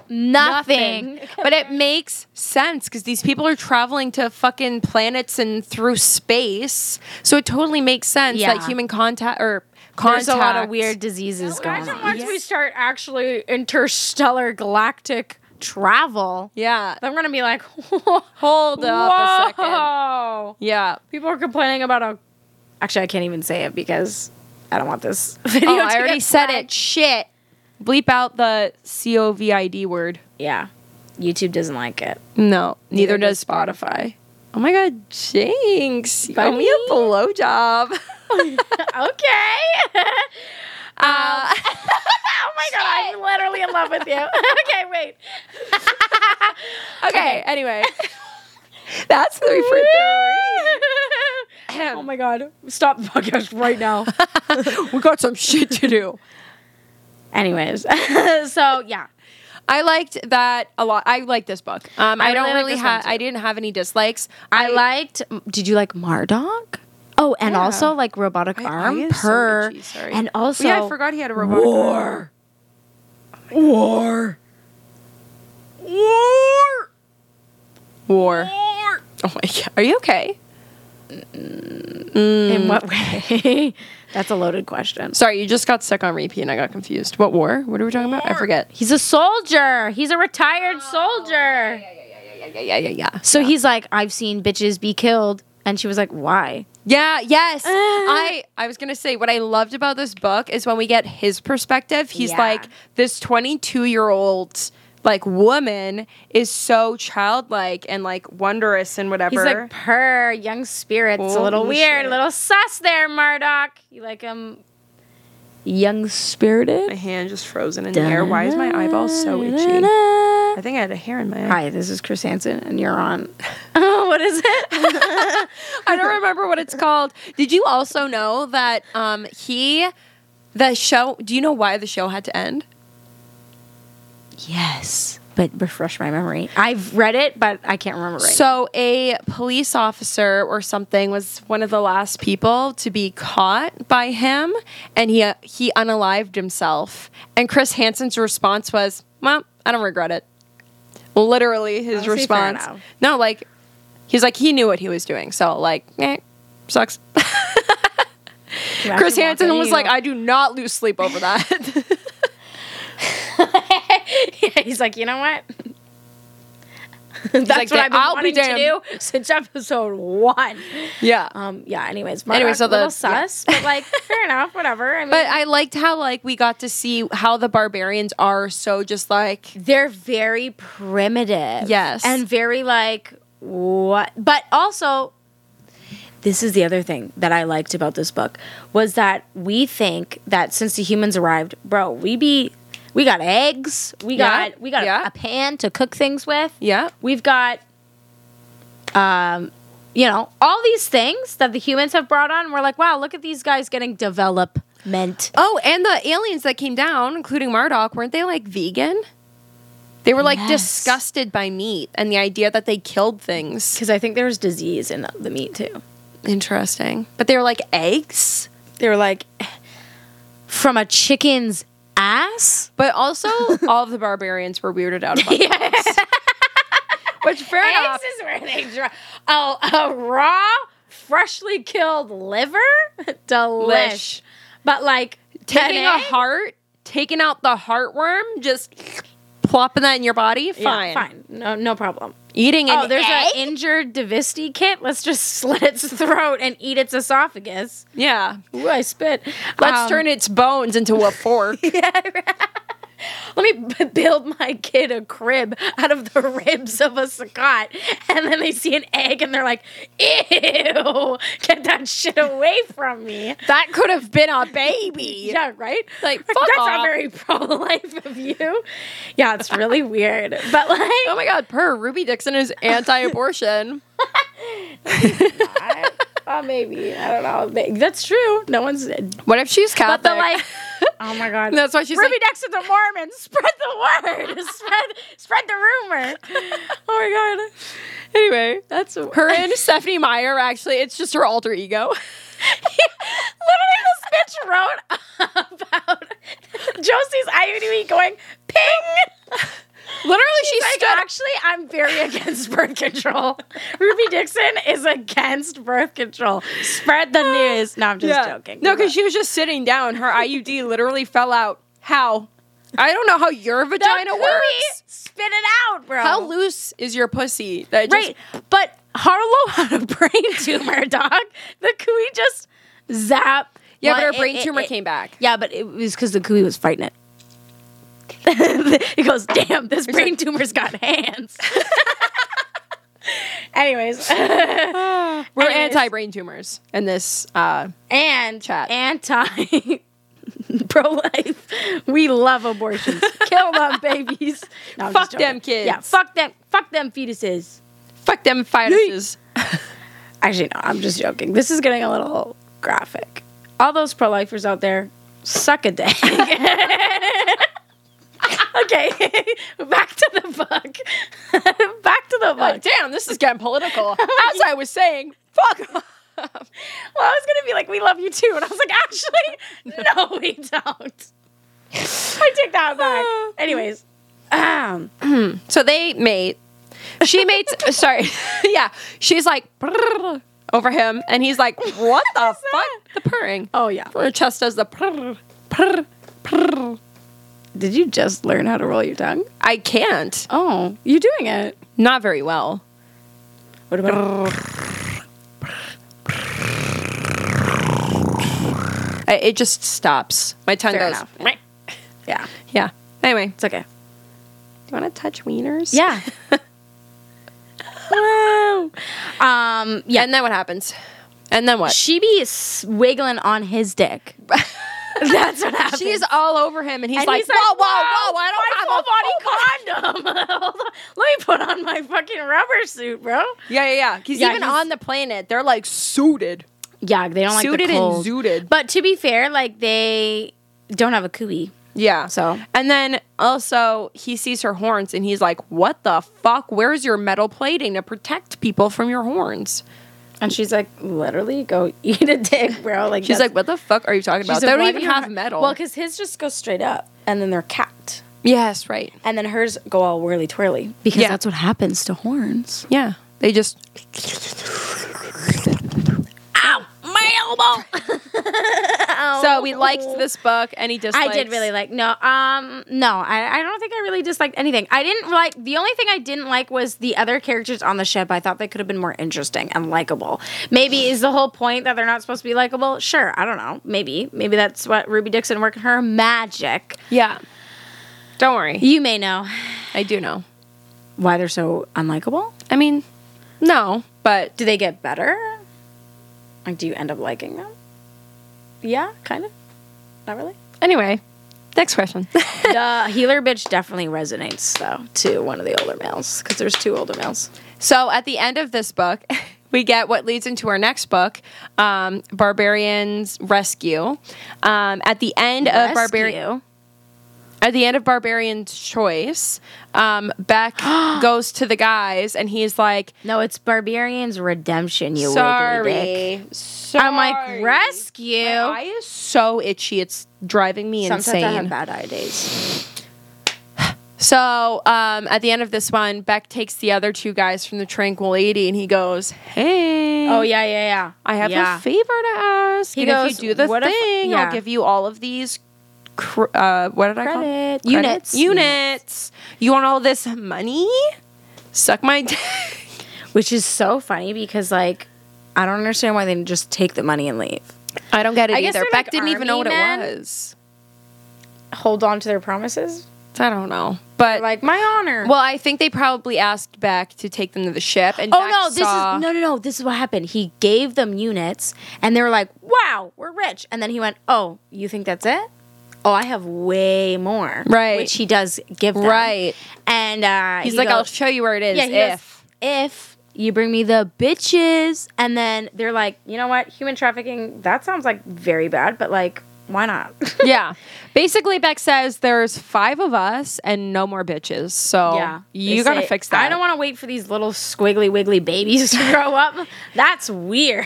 Speaker 1: nothing.
Speaker 2: but it makes sense because these people are traveling to fucking planets and through space. So it totally makes sense that
Speaker 1: Yeah.
Speaker 2: human contact or contact.
Speaker 1: There's a lot of weird diseases going
Speaker 3: Imagine
Speaker 1: on.
Speaker 3: once we
Speaker 1: start actually interstellar galactic travel,
Speaker 2: Yeah.
Speaker 1: I'm gonna be like,
Speaker 2: Hold up a second.
Speaker 1: Whoa.
Speaker 2: Yeah.
Speaker 1: People are complaining about a. Actually, I can't even say it because I don't want this video.
Speaker 2: Oh,
Speaker 1: to
Speaker 2: I already
Speaker 1: get
Speaker 2: said
Speaker 1: flagged.
Speaker 2: it. Shit. Bleep out the C O V I D word.
Speaker 1: Yeah, YouTube doesn't like it.
Speaker 2: No,
Speaker 1: Neither
Speaker 2: neither, does
Speaker 1: does
Speaker 2: Spotify. Oh my God, Jinx. You owe
Speaker 1: Buddy.
Speaker 2: me a blowjob.
Speaker 1: okay.
Speaker 2: Uh,
Speaker 1: Um, oh my god, I'm literally in love with you. okay, wait.
Speaker 2: okay, anyway. That's the refer-
Speaker 1: oh my god, stop the podcast right now.
Speaker 2: We got some shit to do.
Speaker 1: Anyways, so yeah,
Speaker 2: I liked that a lot. I like this book. Um, I,
Speaker 1: I
Speaker 2: don't
Speaker 1: really like
Speaker 2: really
Speaker 1: this one,
Speaker 2: have.
Speaker 1: too.
Speaker 2: I didn't have any dislikes.
Speaker 1: I liked. Did you like Mardog? Oh, and
Speaker 2: Yeah.
Speaker 1: also like robotic
Speaker 2: My eye
Speaker 1: arm,
Speaker 2: is so
Speaker 1: purr,
Speaker 2: itchy, sorry.
Speaker 1: and also
Speaker 2: Oh, yeah, I forgot he had a robotic. War. War. War. War. Oh my god. Are you okay?
Speaker 1: In what way? That's a loaded question.
Speaker 2: Sorry, you just got stuck on repeat and I got confused. What war? What are we talking about? I forget.
Speaker 1: He's a soldier. He's a retired soldier.
Speaker 2: Oh, Yeah, yeah, yeah, yeah, yeah.
Speaker 1: So he's like, I've seen bitches be killed. And she was like, why?
Speaker 2: Yeah, yes. I I was going to say what I loved about this book is when we get his perspective. He's
Speaker 1: Yeah.
Speaker 2: like this 22-year-old like woman is so childlike and like wondrous and whatever.
Speaker 1: He's like, purr, young spirit. It's a little
Speaker 2: Holy
Speaker 1: weird,
Speaker 2: Oh, shit.
Speaker 1: a little sus there, Murdoch. You like um, young
Speaker 2: my
Speaker 1: spirited?
Speaker 2: hand just frozen in the air. Why is my eyeball so itchy? I think I had a hair in my eye.
Speaker 1: Hi, this is Chris Hansen, and you're on. Oh, what is it?
Speaker 2: I don't remember what it's called. Did you also know that um he the show do you know why the show had to end?
Speaker 1: yes, but refresh my memory. I've read it, but I can't remember right. So
Speaker 2: So a police officer or something was one of the last people to be caught by him, and he uh, he unalived himself. And Chris Hansen's response was, "Well, I don't regret it." Literally, his
Speaker 1: Honestly, fair
Speaker 2: response.
Speaker 1: enough.
Speaker 2: No, like he's like he knew what he was doing. So like, eh, sucks. Chris Hansen was like, "I do not lose sleep over that."
Speaker 1: he's like, you know what? That's
Speaker 2: like,
Speaker 1: what I've been
Speaker 2: "I'll be
Speaker 1: wanting to do since episode one.
Speaker 2: yeah.
Speaker 1: Um, yeah. Anyways, Murdoch,
Speaker 2: Anyway, so the-
Speaker 1: little sus, but like, fair enough, whatever. I mean,
Speaker 2: but I liked how like we got to see how the barbarians are so just like
Speaker 1: they're very primitive.
Speaker 2: Yes.
Speaker 1: And very like what but also this is the other thing that I liked about this book was that we think that since the humans arrived, bro, we be we got eggs, we
Speaker 2: Yeah,
Speaker 1: got we got a-
Speaker 2: yeah.
Speaker 1: a pan to cook things with.
Speaker 2: yeah.
Speaker 1: We've got um you know, all these things that the humans have brought on, we're like, wow, look at these guys getting development.
Speaker 2: Oh, and the aliens that came down, including Murdoch, weren't they like vegan? They were like
Speaker 1: Yes.
Speaker 2: disgusted by meat and the idea that they killed things.
Speaker 1: Because I think there was disease in the meat too.
Speaker 2: Interesting. But they were like eggs.
Speaker 1: they were like from a chicken's ass
Speaker 2: But also, all of the barbarians were weirded out about the eggs. Which fair enough.
Speaker 1: Eggs is where they draw oh a raw freshly killed liver delish
Speaker 2: Lish.
Speaker 1: but like
Speaker 2: Taking a
Speaker 1: an egg?
Speaker 2: heart, taking out the heartworm, just plopping that in your body.
Speaker 1: Yeah,
Speaker 2: Fine.
Speaker 1: fine no no problem
Speaker 2: Eating an
Speaker 1: oh there's
Speaker 2: egg?
Speaker 1: an injured divisti kit let's just slit its throat and eat its esophagus
Speaker 2: yeah.
Speaker 1: Ooh, I spit
Speaker 2: Let's
Speaker 1: Um,
Speaker 2: turn its bones into a fork.
Speaker 1: let me b- build my kid a crib out of the ribs of a sakat. And then they see an egg and they're like, ew, get that shit away from me.
Speaker 2: that could have been a baby.
Speaker 1: Yeah, right?
Speaker 2: Like, fuck
Speaker 1: that's not
Speaker 2: off.
Speaker 1: very pro life of you. Yeah, it's really weird. But like,
Speaker 2: Oh my God, per Ruby Dixon is anti-abortion.
Speaker 1: I- oh, maybe. I don't know. May- That's true. No one's. But
Speaker 2: what if she's Catholic?
Speaker 1: the like, oh my God.
Speaker 2: That's why she's
Speaker 1: Ruby
Speaker 2: like-
Speaker 1: Dixon's a Mormon. Spread the word. spread, spread the rumor. Oh my God.
Speaker 2: anyway,
Speaker 1: That's a-
Speaker 2: her and Stephanie Meyer actually, it's just her alter ego.
Speaker 1: Literally, this bitch wrote about Josie's IUD going ping.
Speaker 2: Literally, she
Speaker 1: She's like,
Speaker 2: stood.
Speaker 1: actually, I'm very against birth control. Ruby Dixon is against birth control. Spread the news. No, I'm just
Speaker 2: Yeah.
Speaker 1: joking.
Speaker 2: No, because she was just sitting down. Her IUD literally fell out. How? I don't know how your
Speaker 1: The
Speaker 2: vagina
Speaker 1: pooey,
Speaker 2: works.
Speaker 1: Spit it out, bro.
Speaker 2: How loose is your pussy? That it just-
Speaker 1: Right, but Harlow had a brain tumor, dog. The cooey just zap.
Speaker 2: Yeah,
Speaker 1: Well,
Speaker 2: but
Speaker 1: it-
Speaker 2: her brain
Speaker 1: it-
Speaker 2: tumor
Speaker 1: it-
Speaker 2: came back.
Speaker 1: Yeah, but it was because the cooey was fighting it. it goes, damn, this brain tumor's got hands. Anyways,
Speaker 2: We're
Speaker 1: Anyways.
Speaker 2: anti-brain tumors in this. Uh,
Speaker 1: and
Speaker 2: Chat.
Speaker 1: anti pro life. We love abortions. Kill them babies. No, I'm
Speaker 2: Fuck
Speaker 1: just joking.
Speaker 2: them kids.
Speaker 1: Yeah, fuck them. Fuck them fetuses.
Speaker 2: fuck them viruses.
Speaker 1: Actually, no, I'm just joking. This is getting a little graphic. All those pro lifers out there, suck a dick. okay, back to the book. back to the
Speaker 2: Like,
Speaker 1: book.
Speaker 2: damn, this is getting political. As I was saying, fuck. off.
Speaker 1: Well, I was gonna be like, "We love you too," and I was like, "Actually, no, we don't." I take that back. Anyways, um,
Speaker 2: So they mate. She mates. sorry. yeah. She's like "Brrr," over him, and he's like, "What the fuck?" The purring.
Speaker 1: oh yeah.
Speaker 2: Her chest does the prrr, prrr, prrr.
Speaker 1: Did you just learn how to roll your tongue?
Speaker 2: I can't.
Speaker 1: Oh, you're doing it.
Speaker 2: Not very well.
Speaker 1: What about?
Speaker 2: I, it just stops. My tongue
Speaker 1: Fair
Speaker 2: goes.
Speaker 1: enough. Yeah,
Speaker 2: Yeah. Anyway,
Speaker 1: it's okay.
Speaker 2: you want to touch wieners?
Speaker 1: Yeah.
Speaker 2: Wow.
Speaker 1: Um, yeah.
Speaker 2: And then what happens? And then what?
Speaker 1: She be s- wiggling on his dick. That's what happens.
Speaker 2: She's all over him, and he's,
Speaker 1: And
Speaker 2: like,
Speaker 1: he's
Speaker 2: whoa, whoa, whoa, I
Speaker 1: my
Speaker 2: don't have a
Speaker 1: full body condom. Hold on. Let me put on my fucking rubber suit, bro.
Speaker 2: Yeah, yeah, yeah. Because
Speaker 1: Yeah,
Speaker 2: even
Speaker 1: he's-
Speaker 2: on the planet, they're like suited.
Speaker 1: Yeah, they don't like
Speaker 2: Suited
Speaker 1: the
Speaker 2: and
Speaker 1: cold.
Speaker 2: zooted.
Speaker 1: But to be fair, like they don't have a cooey.
Speaker 2: Yeah.
Speaker 1: So-
Speaker 2: and then also he sees her horns and he's like, "What the fuck? Where's your metal plating to protect people from your horns?"
Speaker 1: And she's like, literally, go eat a dick, bro. Like
Speaker 2: She's
Speaker 1: that's-
Speaker 2: like, "What the fuck are you talking about?
Speaker 1: she's
Speaker 2: They
Speaker 1: like,
Speaker 2: don't
Speaker 1: why
Speaker 2: even
Speaker 1: do you
Speaker 2: have metal."
Speaker 1: Well, because his just goes straight up, and then they're capped,
Speaker 2: yes, right.
Speaker 1: and then hers go all whirly twirly. Because
Speaker 2: Yeah.
Speaker 1: that's what happens to horns.
Speaker 2: Yeah, they just
Speaker 1: Ow, my elbow.
Speaker 2: so we liked this book. Any dislikes?
Speaker 1: I did really like no um no I, I don't think I really disliked anything I didn't like the only thing I didn't like was the other characters on the ship I thought they could have been more interesting and likable maybe is the whole point that they're not supposed to be likable sure I don't know maybe maybe that's what Ruby Dixon working her magic
Speaker 2: Yeah. Don't worry,
Speaker 1: you may know
Speaker 2: I do know.
Speaker 1: why they're so unlikable
Speaker 2: I mean, no, but
Speaker 1: do they get better like do you end up liking them yeah kind of not really
Speaker 2: anyway, next question.
Speaker 1: the healer bitch definitely resonates though to one of the older males because there's two older males
Speaker 2: So at the end of this book, we get what leads into our next book, um, Barbarians Rescue. Um, at the end of Barbarian,
Speaker 1: Rescue?
Speaker 2: at the end of Barbarian's Choice, um, Beck goes to the guys and he's like,
Speaker 1: No, it's Barbarian's Redemption. You wiggly dick.
Speaker 2: "Sorry, sorry."
Speaker 1: I'm like rescue.
Speaker 2: My eye is so itchy; it's driving me
Speaker 1: Sometimes
Speaker 2: insane.
Speaker 1: I have bad eye days.
Speaker 2: So um, at the end of this one, Beck takes the other two guys from the Tranquil 80 and he goes, Hey.
Speaker 1: Oh yeah, yeah, yeah.
Speaker 2: I have
Speaker 1: yeah.
Speaker 2: a favor to ask.
Speaker 1: He
Speaker 2: and
Speaker 1: goes,
Speaker 2: if you do the
Speaker 1: "What if-
Speaker 2: thing,
Speaker 1: yeah.
Speaker 2: I'll give you all of these. Cr- uh, what did I call
Speaker 1: Credit.
Speaker 2: Credit?
Speaker 1: Units.
Speaker 2: Units. You want all this money? Suck my dick.
Speaker 1: Which is so funny because like I don't understand why they didn't just take the money and leave.
Speaker 2: I don't get it
Speaker 1: I guess
Speaker 2: either.
Speaker 1: they're
Speaker 2: Beck
Speaker 1: like
Speaker 2: didn't even know what
Speaker 1: army men.
Speaker 2: it was.
Speaker 1: Hold on to their promises.
Speaker 2: I don't know, but
Speaker 1: Like my honor.
Speaker 2: well, I think they probably asked Beck to take them to the ship. And
Speaker 1: Oh
Speaker 2: Beck
Speaker 1: no, this is
Speaker 2: saw-
Speaker 1: no no no, this is what happened. He gave them units and they were like, "Wow, we're rich." And then he went, "Oh, you think that's it?" Oh, I have way more.
Speaker 2: Right.
Speaker 1: Which he does give them.
Speaker 2: right.
Speaker 1: And uh
Speaker 2: He's
Speaker 1: he
Speaker 2: like, I'll
Speaker 1: goes-
Speaker 2: show you where it is.
Speaker 1: Yeah, he goes,
Speaker 2: if
Speaker 1: if you bring me the bitches, and then they're like, you know what, human trafficking, that sounds like very bad, but like, why not?
Speaker 2: yeah. Basically, Beck says there's five of us and no more bitches. So you
Speaker 1: They
Speaker 2: gotta
Speaker 1: say,
Speaker 2: fix that.
Speaker 1: I don't want to wait for these little squiggly wiggly babies to grow up. That's weird.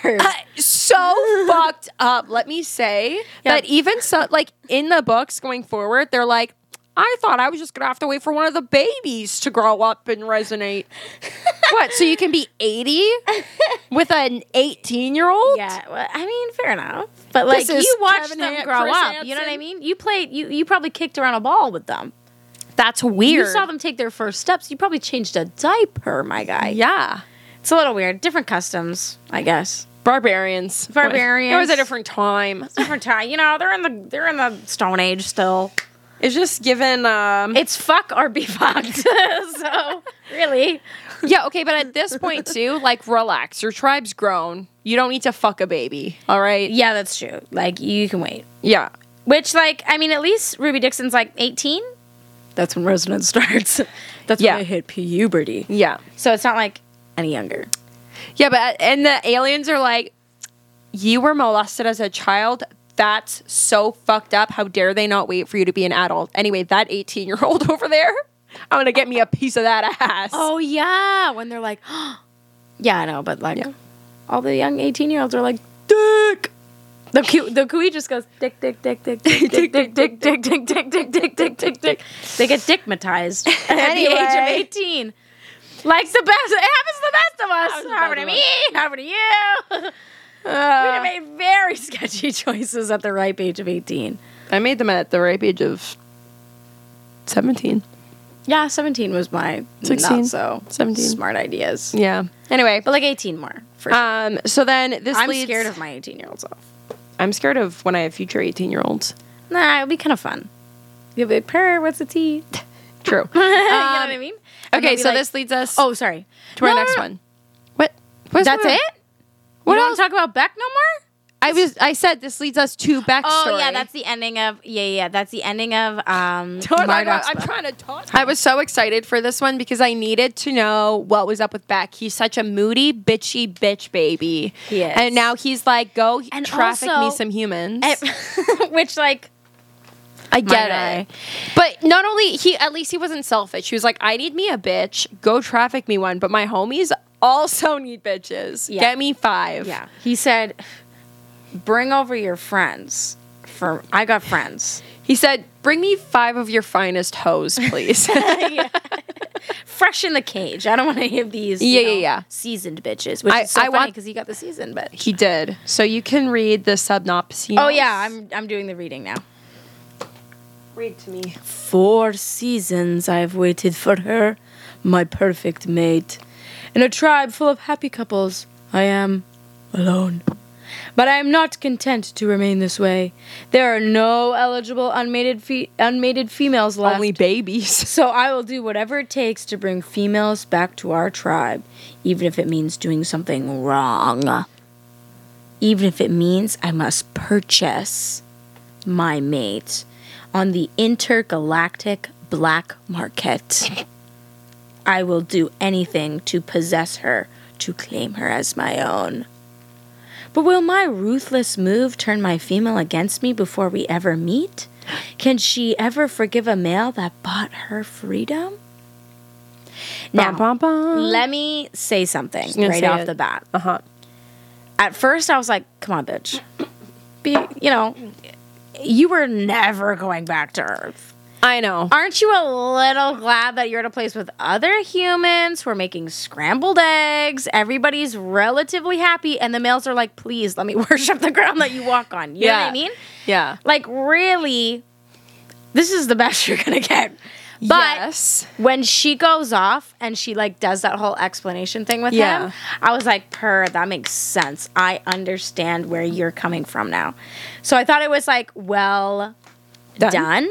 Speaker 2: so fucked up. Let me say
Speaker 1: Yeah.
Speaker 2: that even so, like in the books going forward, they're like, I thought I was just gonna have to wait for one of the babies to grow up and resonate. what? So you can be eighty with an eighteen-year-old?
Speaker 1: Yeah, well, I mean, fair enough. But like,
Speaker 2: This is
Speaker 1: you watch
Speaker 2: Kevin
Speaker 1: them
Speaker 2: Han-
Speaker 1: grow
Speaker 2: Chris
Speaker 1: up. You know
Speaker 2: Hansen.
Speaker 1: what I mean? You played. You you probably kicked around a ball with them.
Speaker 2: That's weird.
Speaker 1: You saw them take their first steps. You probably changed a diaper, my guy.
Speaker 2: Yeah.
Speaker 1: It's a little weird. Different customs, I guess.
Speaker 2: Barbarians.
Speaker 1: Barbarians.
Speaker 2: It was a different time.
Speaker 1: different time. You know, they're in the they're in the Stone Age still.
Speaker 2: It's just given um
Speaker 1: It's fuck or be fucked. so really,
Speaker 2: Yeah, okay, but at this point too, like relax. Your tribe's grown. You don't need to fuck a baby. All right?
Speaker 1: yeah, that's true. Like you can wait.
Speaker 2: Yeah.
Speaker 1: Which, like, I mean, at least Ruby Dixon's like eighteen. That's when resonance starts. That's
Speaker 2: Yeah.
Speaker 1: when I hit puberty.
Speaker 2: Yeah.
Speaker 1: So it's not like any younger.
Speaker 2: Yeah, but uh, and the aliens are like you were molested as a child. That's so fucked up. How dare they not wait for you to be an adult? Anyway, that 18-year-old over there, I'm going to get me a piece of that ass.
Speaker 1: Oh yeah, when they're like, yeah, I know, but like, all the young eighteen-year-olds are like, dick. The cu- the kui just goes dick dick dick dick dick dick dick dick dick dick dick dick dick dick dick dick. They get dickmatized at the age of
Speaker 2: Anyway.
Speaker 1: eighteen. Like the best, it happens to the best of us.
Speaker 2: to the
Speaker 1: Happened to
Speaker 2: best
Speaker 1: me, happened to you.
Speaker 2: Uh,
Speaker 1: We made very sketchy choices at the ripe age of eighteen.
Speaker 2: I made them at the ripe age of 17.
Speaker 1: Yeah, seventeen was my
Speaker 2: 16,
Speaker 1: not so
Speaker 2: 17.
Speaker 1: smart ideas,
Speaker 2: Yeah. Anyway,
Speaker 1: but like eighteen more. For sure.
Speaker 2: um so then this
Speaker 1: I'm
Speaker 2: leads
Speaker 1: scared of my eighteen-year-old self.
Speaker 2: I'm scared of when I have future 18-year-olds.
Speaker 1: Nah, it'll be kind of fun. You'll be like, Prayer, what's the tea?
Speaker 2: True.
Speaker 1: you know
Speaker 2: Um,
Speaker 1: what I mean? And they'll
Speaker 2: okay,
Speaker 1: be
Speaker 2: so
Speaker 1: like,
Speaker 2: this leads us
Speaker 1: Oh, sorry.
Speaker 2: to our
Speaker 1: No, no,
Speaker 2: next
Speaker 1: no.
Speaker 2: one. What? What's
Speaker 1: That's
Speaker 2: the-
Speaker 1: it.
Speaker 2: What
Speaker 1: What you
Speaker 2: else?
Speaker 1: Don't talk about Beck no more.
Speaker 2: I was. I said this leads us to backstory.
Speaker 1: Oh yeah, that's the ending of yeah yeah. yeah, That's the ending of um.
Speaker 2: Don't talk about-
Speaker 1: Murdoch's
Speaker 2: I'm
Speaker 1: book.
Speaker 2: trying to talk. I was so excited for this one because I needed to know what was up with Beck. He's such a moody, bitchy bitch baby.
Speaker 1: He is.
Speaker 2: And now he's like, go
Speaker 1: And
Speaker 2: traffic me
Speaker 1: also-
Speaker 2: some humans.
Speaker 1: And- which like
Speaker 2: eh, I get
Speaker 1: guy.
Speaker 2: it. But not only he at least he wasn't selfish. He was like, I need me a bitch, go traffic me one, but my homies also need bitches.
Speaker 1: Yeah.
Speaker 2: Get me five.
Speaker 1: yeah. He said, "Bring over your friends." For I got friends.
Speaker 2: He said, Bring me five of your finest hoes, please.
Speaker 1: Yeah. Fresh in the cage. I don't want any of these. you
Speaker 2: Yeah, yeah,
Speaker 1: know,
Speaker 2: yeah.
Speaker 1: Seasoned bitches. Which
Speaker 2: I-
Speaker 1: is so
Speaker 2: I
Speaker 1: funny
Speaker 2: want-
Speaker 1: because he got the seasoned bitch.
Speaker 2: he did. So you can read the subnopsy.
Speaker 1: Oh yeah, I'm I'm doing the reading now.
Speaker 2: read to me.
Speaker 1: Four seasons I've waited for her, my perfect mate. In a tribe full of happy couples, I am alone. But I am not content to remain this way. There are no eligible unmated, fe- unmated females left.
Speaker 2: Only babies.
Speaker 1: so I will do whatever it takes to bring females back to our tribe, even if it means doing something wrong. Even if it means I must purchase my mate on the intergalactic black market. I will do anything to possess her, to claim her as my own. But will my ruthless move turn my female against me before we ever meet? Can she ever forgive a male that bought her freedom? Now, let me say Uh-huh. something
Speaker 2: gonna
Speaker 1: right
Speaker 2: say
Speaker 1: off
Speaker 2: it.
Speaker 1: the bat.
Speaker 2: Uh huh.
Speaker 1: At first, I was like, come on, bitch. Be, you know, you were never going back to Earth.
Speaker 2: I know.
Speaker 1: Aren't you a little glad that you're at a place with other humans who are making scrambled eggs? Everybody's relatively happy, and the males are like, please let me worship the ground that you walk on. You know what
Speaker 2: Yeah.
Speaker 1: I mean?
Speaker 2: Yeah.
Speaker 1: Like, really, this is the best you're going to get. But
Speaker 2: yes.
Speaker 1: when she goes off and she like does that whole explanation thing with
Speaker 2: Yeah.
Speaker 1: him, I was like, "Per, that makes sense. I understand where you're coming from now." So I thought it was like, "Well
Speaker 2: Done.
Speaker 1: done,",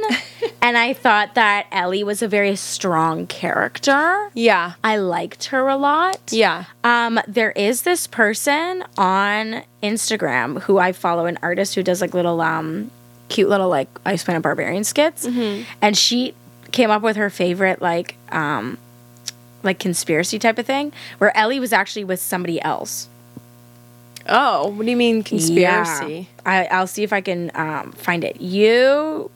Speaker 1: and I thought that Ellie was a very strong character.
Speaker 2: Yeah.
Speaker 1: I liked her a lot.
Speaker 2: Yeah.
Speaker 1: Um, there is this person on Instagram who I follow, an artist who does like little, um, cute little like Ice Planet Barbarian skits, and she came up with her favorite like, um, like conspiracy type of thing where Ellie was actually with somebody else.
Speaker 2: Oh, what do you mean conspiracy?
Speaker 1: Yeah. I, I'll see if I can um, find it. You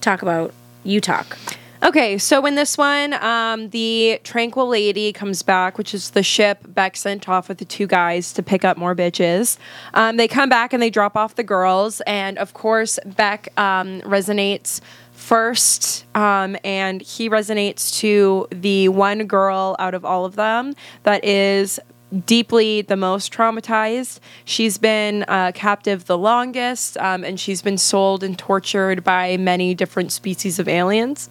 Speaker 1: talk about you talk.
Speaker 2: Okay, so in this one, um, the Tranquil Lady comes back, which is the ship Beck sent off with the two guys to pick up more bitches. Um, they come back and they drop off the girls, and of course, Beck um, resonates first, um, and he resonates to the one girl out of all of them that is deeply the most traumatized. She's been uh, captive the longest, um, and she's been sold and tortured by many different species of aliens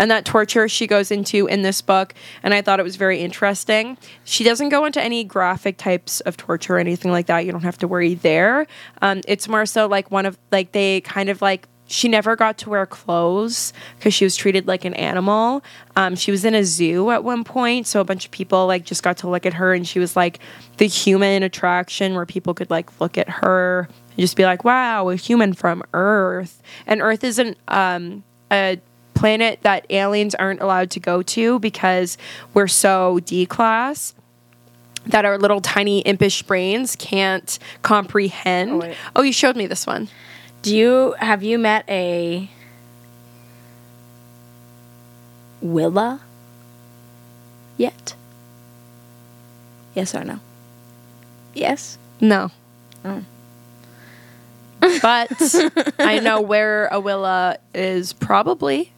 Speaker 2: and that torture she goes into in this book and i thought it was very interesting she doesn't go into any graphic types of torture or anything like that you don't have to worry there um, it's more so like one of like they kind of like she never got to wear clothes because she was treated like an animal um, she was in a zoo at one point so a bunch of people like just got to look at her and she was like the human attraction where people could like look at her and just be like wow a human from earth and earth isn't um, a planet that aliens aren't allowed to go to because we're so D class that our little tiny impish brains can't comprehend. Oh,
Speaker 1: wait.
Speaker 2: you showed me this one.
Speaker 1: Do you have you met a Willa yet? Yes or no? Yes.
Speaker 2: No. But I know where Awilla is probably.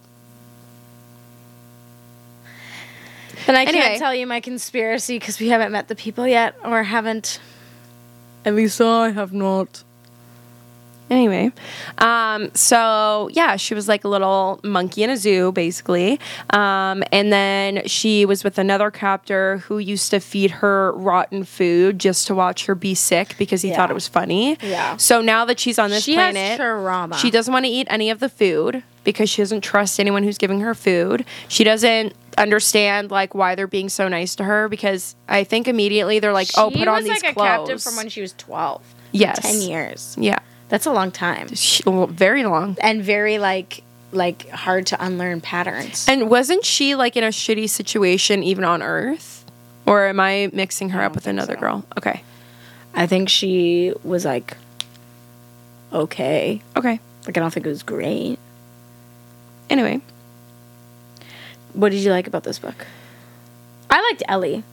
Speaker 1: Then I
Speaker 2: Anyway.
Speaker 1: can't tell you my conspiracy because we haven't met the people yet, or haven't. At least I have not.
Speaker 2: Anyway, um, so yeah, she was like a little monkey in a zoo, basically. Um, and then she was with another captor who used to feed her rotten food just to watch her be sick because he
Speaker 1: Yeah.
Speaker 2: thought it was funny.
Speaker 1: Yeah.
Speaker 2: So now that she's on this
Speaker 1: She has
Speaker 2: planet,
Speaker 1: trauma.
Speaker 2: she doesn't want to eat any of the food. because she doesn't trust anyone who's giving her food. She doesn't understand like why they're being so nice to her because I think immediately they're like, "Oh,
Speaker 1: she
Speaker 2: put on
Speaker 1: was
Speaker 2: these
Speaker 1: like
Speaker 2: clothes."
Speaker 1: a captive from when she was 12.
Speaker 2: yes,
Speaker 1: 10 years.
Speaker 2: Yeah,
Speaker 1: That's a long time.
Speaker 2: she, well, very long.
Speaker 1: And very like like hard to unlearn patterns.
Speaker 2: And wasn't she like in a shitty situation even on Earth? Or am I mixing her up with another girl? Okay.
Speaker 1: I think she was like okay.
Speaker 2: Okay.
Speaker 1: Like I don't think it was great.
Speaker 2: Anyway,
Speaker 1: What did you like about this book? I liked Ellie.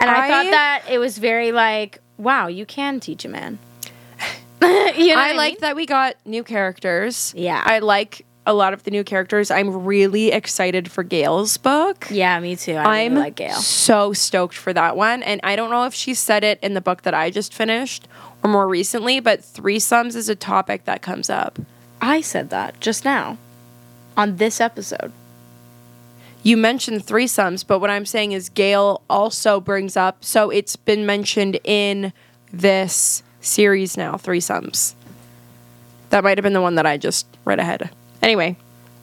Speaker 1: And I,
Speaker 2: I-
Speaker 1: thought that it was very like, wow, you can teach a man. you know what
Speaker 2: I
Speaker 1: mean?
Speaker 2: like that we got new characters.
Speaker 1: Yeah.
Speaker 2: I like a lot of the new characters. I'm really excited for Gail's book.
Speaker 1: Yeah, me too. I
Speaker 2: I'm
Speaker 1: really like Gail.
Speaker 2: so stoked for that one. And I don't know if she said it in the book that I just finished or more recently, but threesomes is a topic that comes up.
Speaker 1: I said that just now on this episode.
Speaker 2: you mentioned threesomes, but what I'm saying is Gail also brings up, so it's been mentioned in this series now, threesomes. That might have been the one that I just read ahead. Anyway,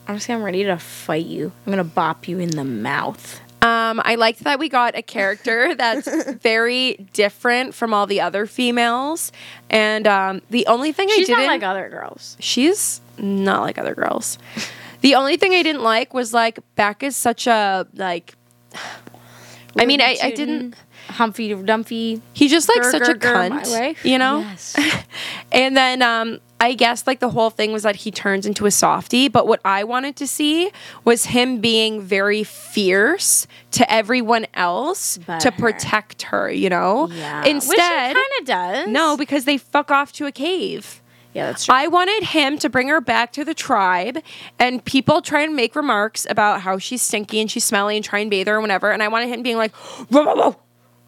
Speaker 1: Honestly, I'm ready to fight you. I'm gonna bop you in the mouth.
Speaker 2: um, I liked that we got a character that's very different from all the other females. And um, the only thing
Speaker 1: She's
Speaker 2: I didn't
Speaker 1: not like other girls.
Speaker 2: she's not like other girls. The only thing I didn't like was like Beck is such a like. I mean, I, I didn't.
Speaker 1: Humpy Dumpy.
Speaker 2: He's just like
Speaker 1: grr,
Speaker 2: such
Speaker 1: grr,
Speaker 2: a
Speaker 1: grr, my
Speaker 2: cunt,
Speaker 1: way.
Speaker 2: you know.
Speaker 1: Yes.
Speaker 2: And then um, I guess like the whole thing was that he turns into a softie. But what I wanted to see was him being very fierce to everyone else
Speaker 1: But
Speaker 2: to
Speaker 1: her.
Speaker 2: protect her, you know.
Speaker 1: yeah.
Speaker 2: Instead,
Speaker 1: kind of does.
Speaker 2: no, because they fuck off to a cave.
Speaker 1: yeah, that's true.
Speaker 2: I wanted him to bring her back to the tribe, and people try and make remarks about how she's stinky and she's smelly and try and bathe her and whatever. And I wanted him being like, "Ruh, ruh, ruh,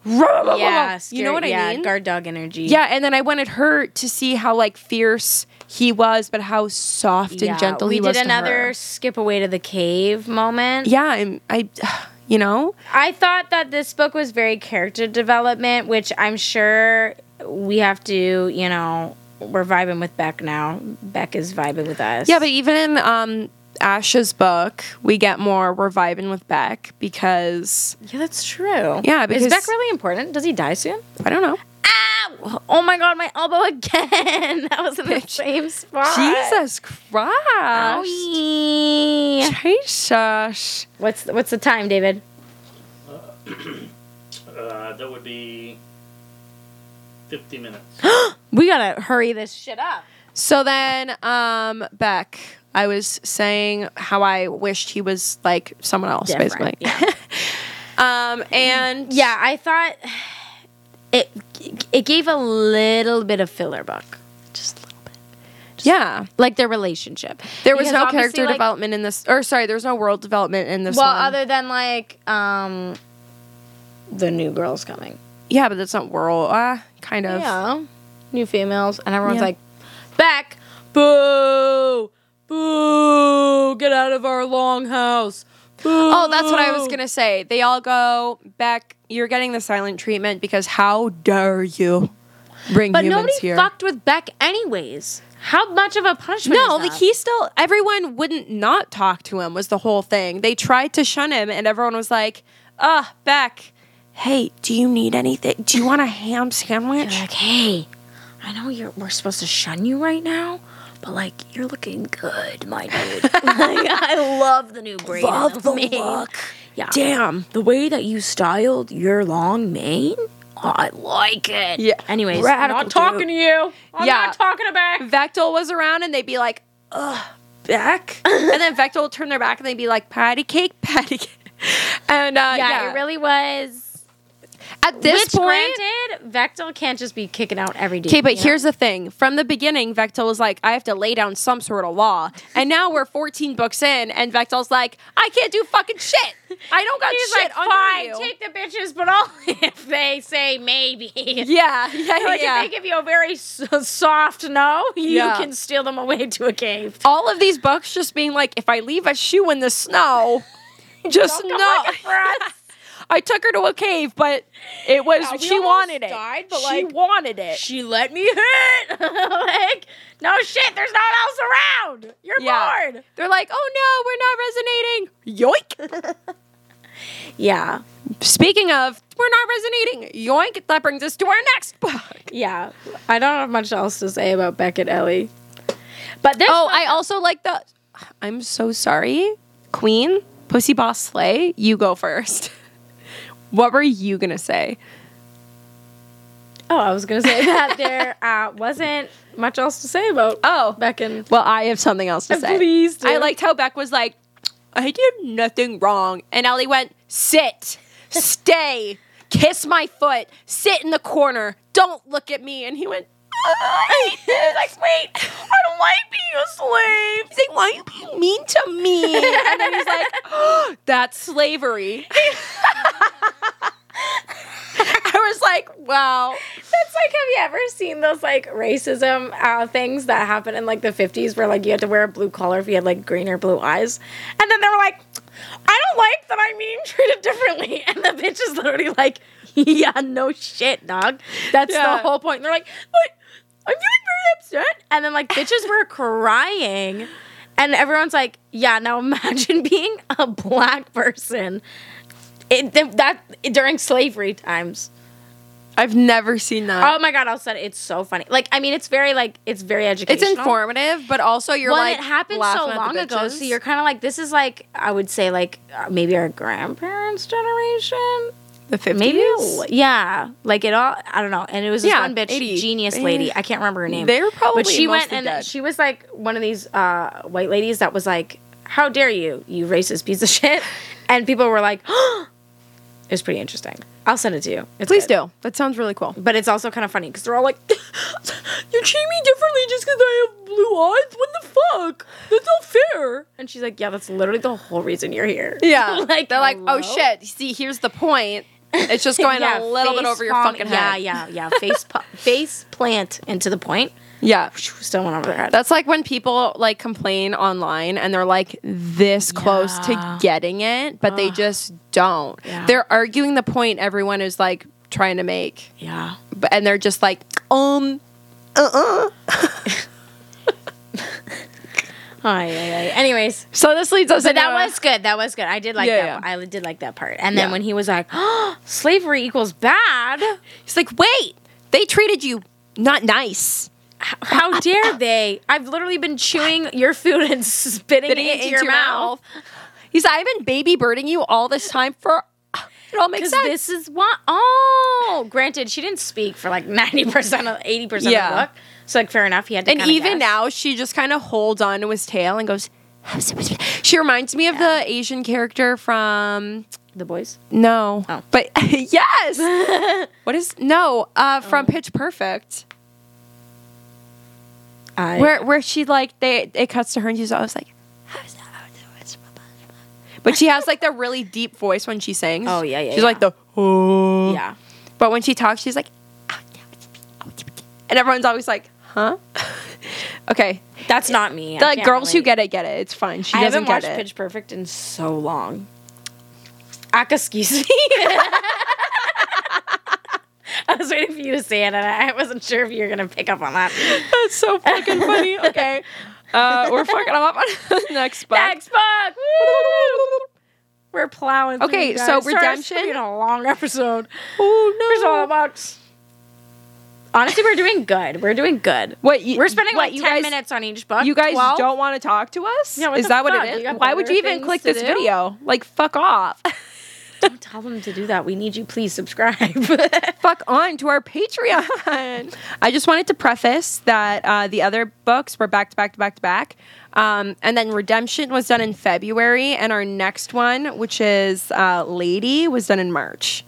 Speaker 2: ruh, ruh,
Speaker 1: yeah,
Speaker 2: ruh." you know what I
Speaker 1: yeah,
Speaker 2: mean?
Speaker 1: Guard dog energy.
Speaker 2: yeah, and then I wanted her to see how like fierce he was, but how soft
Speaker 1: Yeah,
Speaker 2: and gentle
Speaker 1: we
Speaker 2: he was.
Speaker 1: did
Speaker 2: to her.
Speaker 1: another skip away to the cave moment.
Speaker 2: Yeah, I'm, I, you know,
Speaker 1: I thought that this book was very character development, which I'm sure we have to, you know, we're vibing with Beck now. Beck is vibing with us.
Speaker 2: yeah, but even in um, Ash's book, we get more. We're vibing with Beck because
Speaker 1: yeah, that's true.
Speaker 2: Yeah,
Speaker 1: is
Speaker 2: because-
Speaker 1: Beck really important? Does he die soon?
Speaker 2: I don't know.
Speaker 1: Ow! Oh my god, my elbow again. That was in the
Speaker 2: Bitch.
Speaker 1: same spot.
Speaker 2: Jesus Christ.
Speaker 1: Owie.
Speaker 2: Jesus.
Speaker 1: What's what's the time, David?
Speaker 3: Uh, that would be 50 minutes.
Speaker 1: We gotta hurry this shit up.
Speaker 2: So then, um, Beck, I was saying how I wished he was like someone else,
Speaker 1: Different,
Speaker 2: basically. um, and
Speaker 1: Yeah, I thought it it gave a little bit of filler book. Just a little bit.
Speaker 2: yeah,
Speaker 1: Like their relationship.
Speaker 2: there was
Speaker 1: Because
Speaker 2: no
Speaker 1: obviously,
Speaker 2: character
Speaker 1: like-
Speaker 2: development in this, or sorry, there was no world development in this.
Speaker 1: Well,
Speaker 2: one.
Speaker 1: other than like um the new girls coming.
Speaker 2: yeah, but that's not world. Uh, kind of.
Speaker 1: Yeah. New females. And everyone's
Speaker 2: Yeah.
Speaker 1: like, Beck, boo, boo, get out of our longhouse. Boo.
Speaker 2: Oh, that's what I was gonna say. They all go Beck. You're getting the silent treatment because how dare you bring
Speaker 1: But
Speaker 2: humans
Speaker 1: nobody
Speaker 2: here?
Speaker 1: fucked with Beck anyways. How much of a punishment?
Speaker 2: No,
Speaker 1: is
Speaker 2: like
Speaker 1: that?
Speaker 2: he still everyone wouldn't not talk to him was the whole thing. They tried to shun him and everyone was like, "Ah, Beck, hey, do you need anything? Do you want a ham sandwich?"
Speaker 1: They're like, hey, I know you're we're supposed to shun you right now, but like you're looking good, my dude. like, I love the new braid.
Speaker 2: Love the
Speaker 1: mane.
Speaker 2: look.
Speaker 1: Yeah.
Speaker 2: Damn.
Speaker 1: The way that you styled your long mane, Oh, I like it.
Speaker 2: Yeah.
Speaker 1: Anyways,
Speaker 2: Radical
Speaker 1: not talking
Speaker 2: dude.
Speaker 1: to you. I'm
Speaker 2: Yeah.
Speaker 1: not talking to back.
Speaker 2: Vectel was around and they'd be like, "Ugh, Beck," and then Vectel would turn their back and they'd be like, "Patty cake, patty cake," and uh, yeah,
Speaker 1: really was.
Speaker 2: at this
Speaker 1: Which
Speaker 2: point.
Speaker 1: granted, Vectel can't just be kicking out every dude.
Speaker 2: Okay, but
Speaker 1: you know?
Speaker 2: here's the thing. From the beginning, Vectel was like, I have to lay down some sort of law. And now we're 14 books in, and Vectel's like, I can't do fucking shit. I don't got
Speaker 1: He's
Speaker 2: shit
Speaker 1: like,
Speaker 2: under
Speaker 1: fine,
Speaker 2: you.
Speaker 1: take the bitches, but only if they say maybe.
Speaker 2: yeah, yeah,
Speaker 1: Like
Speaker 2: yeah.
Speaker 1: if they give you a very s- soft no, you
Speaker 2: Yeah.
Speaker 1: can steal them away to a cave.
Speaker 2: All of these books just being like, if I leave a shoe in the snow, just
Speaker 1: Don't
Speaker 2: know.
Speaker 1: come looking for us.
Speaker 2: I took her to a cave, but it was
Speaker 1: Yeah, we
Speaker 2: Oh, she
Speaker 1: almost
Speaker 2: wanted it.
Speaker 1: died, but,
Speaker 2: she
Speaker 1: like,
Speaker 2: wanted it.
Speaker 1: She let me hit. like, no shit, there's no one else around. You're
Speaker 2: Yeah.
Speaker 1: bored.
Speaker 2: They're like, oh no, we're not resonating. Yoink.
Speaker 1: Yeah.
Speaker 2: Speaking of, we're not resonating. Yoink. That brings us to our next book.
Speaker 1: Yeah. I don't have much else to say about Beckett Ellie. But this
Speaker 2: Oh, I also like the. I'm so sorry, Queen Pussy Boss Slay. You go first. what were you gonna say?
Speaker 1: Oh, I was gonna say that there uh, wasn't much else to say about
Speaker 2: Oh,
Speaker 1: Beck and
Speaker 2: Well, I have something else to
Speaker 1: Uh,
Speaker 2: say.
Speaker 1: please do.
Speaker 2: I liked how Beck was like, I did nothing wrong. And Ellie went, sit, stay, kiss my foot, sit in the corner, don't look at me. And he went, I hate this. Like, wait, I don't like being a slave. He's like, why are you being mean to me? And then he's like, "Oh, that's slavery. I was like, wow.
Speaker 1: That's like, have you ever seen those like racism uh, things that happen in like the 50s where like you had to wear a blue collar if you had like green or blue eyes? And then they were like, I don't like that I'm being treated differently. And the bitch is literally like, yeah, no shit, dog. That's
Speaker 2: Yeah.
Speaker 1: the whole point. And they're like, but I'm feeling very upset. And then like bitches were crying. And everyone's like, yeah, now imagine being a black person. It, that during slavery times.
Speaker 2: I've never seen that.
Speaker 1: Oh my god, I'll set it. It's so funny. Like, I mean, it's very like it's very
Speaker 2: It's
Speaker 1: educational.
Speaker 2: informative, but also you're
Speaker 1: One,
Speaker 2: like
Speaker 1: it happened so
Speaker 2: laughing at the
Speaker 1: long ago, so
Speaker 2: bitches.
Speaker 1: you're kind of like this is like I would say like uh, maybe our grandparents' generation,
Speaker 2: the 50s.
Speaker 1: maybe yeah, like it all. I don't know. And it was this
Speaker 2: Yeah,
Speaker 1: one bitch,
Speaker 2: 80s.
Speaker 1: genius
Speaker 2: Yeah.
Speaker 1: lady. I can't remember her name.
Speaker 2: They were probably
Speaker 1: but she went
Speaker 2: mostly
Speaker 1: and
Speaker 2: dead.
Speaker 1: she was like one of these uh, white ladies that was like, "How dare you, you racist piece of shit!" And people were like, "It was pretty interesting." I'll send it to you. It's
Speaker 2: Please
Speaker 1: good.
Speaker 2: do. That sounds really cool.
Speaker 1: But it's also kind of funny because they're all like, "You treat me differently just because I have blue eyes. What the fuck? That's not fair." And she's like, "Yeah, that's literally the whole reason you're here."
Speaker 2: Yeah.
Speaker 1: like
Speaker 2: They're like, oh
Speaker 1: hello?"
Speaker 2: shit. See, here's the point. It's just going
Speaker 1: Yeah,
Speaker 2: a little bit
Speaker 1: face
Speaker 2: over your
Speaker 1: palm-
Speaker 2: fucking
Speaker 1: yeah,
Speaker 2: head.
Speaker 1: Yeah, yeah, yeah. Face, pu- face plant into the point.
Speaker 2: Yeah.
Speaker 1: Still went over their head.
Speaker 2: That's like when people like complain online and they're like this close to
Speaker 1: Yeah.
Speaker 2: getting it, but they just don't.
Speaker 1: Yeah.
Speaker 2: They're arguing the point everyone is like trying to make,
Speaker 1: yeah.
Speaker 2: but, and they're just like, um,
Speaker 1: Ay, ay, ay. Anyways,
Speaker 2: so this leads us
Speaker 1: but
Speaker 2: into
Speaker 1: that was good. That was good. I did like
Speaker 2: Yeah,
Speaker 1: that. I did like that part. And then
Speaker 2: Yeah.
Speaker 1: when he was like, "Oh, slavery equals bad."
Speaker 2: He's like, wait, they treated you not nice.
Speaker 1: How dare they? I've literally been chewing your food and spitting it
Speaker 2: Spitting
Speaker 1: into, your, mouth.
Speaker 2: He's like, I've been baby birding you all this time for. It all makes
Speaker 1: Because
Speaker 2: sense.
Speaker 1: this is what. Oh, granted, she didn't speak for like ninety percent of eighty percent of
Speaker 2: Yeah.
Speaker 1: the book. So like, fair enough. He had to.
Speaker 2: and
Speaker 1: kinda
Speaker 2: even
Speaker 1: guess.
Speaker 2: now, she just kind of holds on to his tail and goes. She reminds me of the Asian character from
Speaker 1: the boys.
Speaker 2: no,
Speaker 1: Oh.
Speaker 2: but yes. what is no? Uh, from
Speaker 1: Oh.
Speaker 2: Pitch Perfect,
Speaker 1: I,
Speaker 2: where where she like they it cuts to her and she's always like, but she has like the really deep voice when she sings.
Speaker 1: Oh, yeah, yeah,
Speaker 2: She's like the oh
Speaker 1: Yeah.
Speaker 2: But when she talks, she's like, "Oh, and everyone's always like, huh? okay.
Speaker 1: That's not me. I
Speaker 2: The
Speaker 1: can't
Speaker 2: girls who
Speaker 1: relate.
Speaker 2: get it, get it. It's fine. She
Speaker 1: I
Speaker 2: doesn't
Speaker 1: haven't
Speaker 2: get
Speaker 1: watched
Speaker 2: it.
Speaker 1: Pitch Perfect in so long. Aka, excuse me. I was waiting for you to say it, and I wasn't sure if you were gonna pick up on that.
Speaker 2: That's so fucking funny. Okay. Uh, we're fucking I'm up on the next book.
Speaker 1: Next book. Woo! We're plowing. through,
Speaker 2: Okay,
Speaker 1: guys.
Speaker 2: so
Speaker 1: Sorry, it's
Speaker 2: redemption-
Speaker 1: gonna be a long episode. It's all
Speaker 2: Oh no.
Speaker 1: about. Honestly, we're doing good. We're doing good.
Speaker 2: What you,
Speaker 1: We're spending
Speaker 2: what,
Speaker 1: like
Speaker 2: you
Speaker 1: ten
Speaker 2: guys,
Speaker 1: minutes on each book.
Speaker 2: You guys
Speaker 1: 12?
Speaker 2: don't want to talk to us?
Speaker 1: Yeah, what
Speaker 2: is
Speaker 1: the
Speaker 2: that what
Speaker 1: fuck?
Speaker 2: it
Speaker 1: You
Speaker 2: is?
Speaker 1: got
Speaker 2: Why would you
Speaker 1: better
Speaker 2: even
Speaker 1: things
Speaker 2: click
Speaker 1: to
Speaker 2: this
Speaker 1: do?
Speaker 2: video? Like fuck off.
Speaker 1: Don't tell them to do that. We need you. Please subscribe.
Speaker 2: fuck on to our Patreon. I just wanted to preface that uh, the other books were back to back to back to back. Um, and then Redemption was done in February, and our next one, which is uh, Lady, was done in March.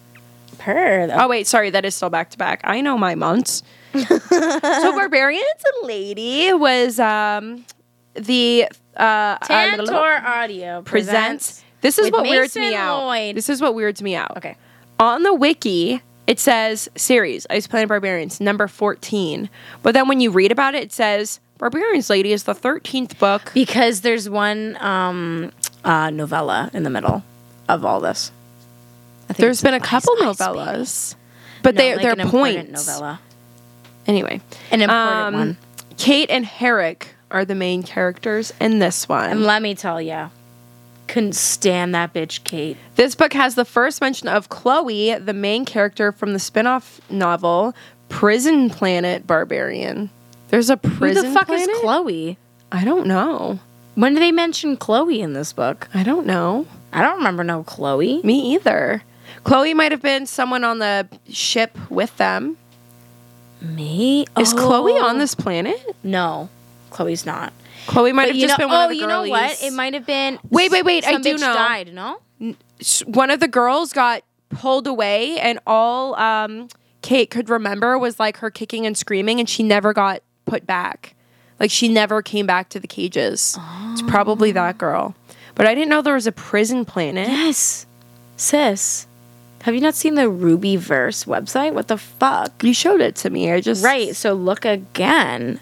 Speaker 1: Per. Uh,
Speaker 2: Oh, wait, sorry, that is still back to back. I know my months. so, Barbarians and Lady was um, the. Uh,
Speaker 1: Tantor Audio
Speaker 2: presents.
Speaker 1: presents.
Speaker 2: This is
Speaker 1: with
Speaker 2: what weirds me
Speaker 1: Mason
Speaker 2: out.
Speaker 1: Lloyd.
Speaker 2: This is what weirds me out.
Speaker 1: Okay.
Speaker 2: On the wiki, it says series Ice Planet Barbarians number 14. But then when you read about it, it says Barbarians Lady is the 13th book.
Speaker 1: Because there's one um, uh, novella in the middle of all this. I think
Speaker 2: There's
Speaker 1: it's
Speaker 2: been a
Speaker 1: Ice
Speaker 2: couple
Speaker 1: Ice Baby.
Speaker 2: novellas, but
Speaker 1: No,
Speaker 2: they
Speaker 1: like
Speaker 2: they're
Speaker 1: an important
Speaker 2: points.
Speaker 1: novella.
Speaker 2: Anyway,
Speaker 1: An important one.
Speaker 2: Kate and Herrick are the main characters in this one.
Speaker 1: And let me tell you, couldn't stand that bitch Kate.
Speaker 2: This book has the first mention of Chloe, the main character from the spin-off novel Prison Planet Barbarian. There's a prison
Speaker 1: Who the fuck
Speaker 2: planet?
Speaker 1: is Chloe?
Speaker 2: I don't know.
Speaker 1: When do they mention Chloe in this book?
Speaker 2: I don't know.
Speaker 1: I don't remember no Chloe.
Speaker 2: Me either. Chloe might have been someone on the ship with them.
Speaker 1: Me?
Speaker 2: Is Chloe on
Speaker 1: this?
Speaker 2: this planet?
Speaker 1: No, Chloe's not.
Speaker 2: Chloe might
Speaker 1: But
Speaker 2: have
Speaker 1: you
Speaker 2: just
Speaker 1: know,
Speaker 2: been one
Speaker 1: oh,
Speaker 2: of the
Speaker 1: you know
Speaker 2: girlies.
Speaker 1: what? It might have been.
Speaker 2: Wait, wait, wait, I
Speaker 1: some
Speaker 2: do
Speaker 1: bitch
Speaker 2: know.
Speaker 1: Died, no.
Speaker 2: Sh- one of the girls got pulled away, and all um, Kate could remember was like her kicking and screaming, and she never got put back. Like she never came back to the cages. It's
Speaker 1: Ah.
Speaker 2: probably that girl. But I didn't know there was a prison planet.
Speaker 1: Yes, sis. Have you not seen the Ruby Verse website? What the fuck?
Speaker 2: You showed it to me. I just
Speaker 1: Right. So look again.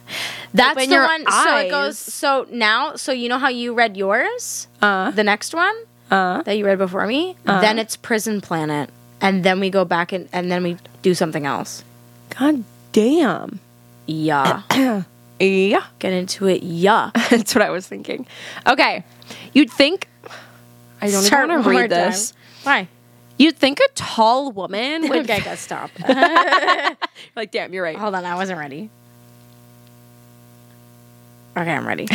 Speaker 1: That's
Speaker 2: Open
Speaker 1: the
Speaker 2: your
Speaker 1: one. So it
Speaker 2: eyes.
Speaker 1: goes. So now, so you know how you read yours,
Speaker 2: Uh,
Speaker 1: the next one
Speaker 2: uh.
Speaker 1: that you read before me. Then it's Prison Planet, and then we go back and and then we do something else.
Speaker 2: God damn.
Speaker 1: Yeah.
Speaker 2: Yeah.
Speaker 1: Get into it. Yeah.
Speaker 2: That's what I was thinking. Okay. You'd think. I don't
Speaker 1: Start
Speaker 2: even want
Speaker 1: one
Speaker 2: to
Speaker 1: more
Speaker 2: read this.
Speaker 1: time. Why?
Speaker 2: You'd think a tall woman would.
Speaker 1: Okay, I gotta stop.
Speaker 2: Like, damn, you're right.
Speaker 1: Hold on, I wasn't ready. Okay, I'm ready.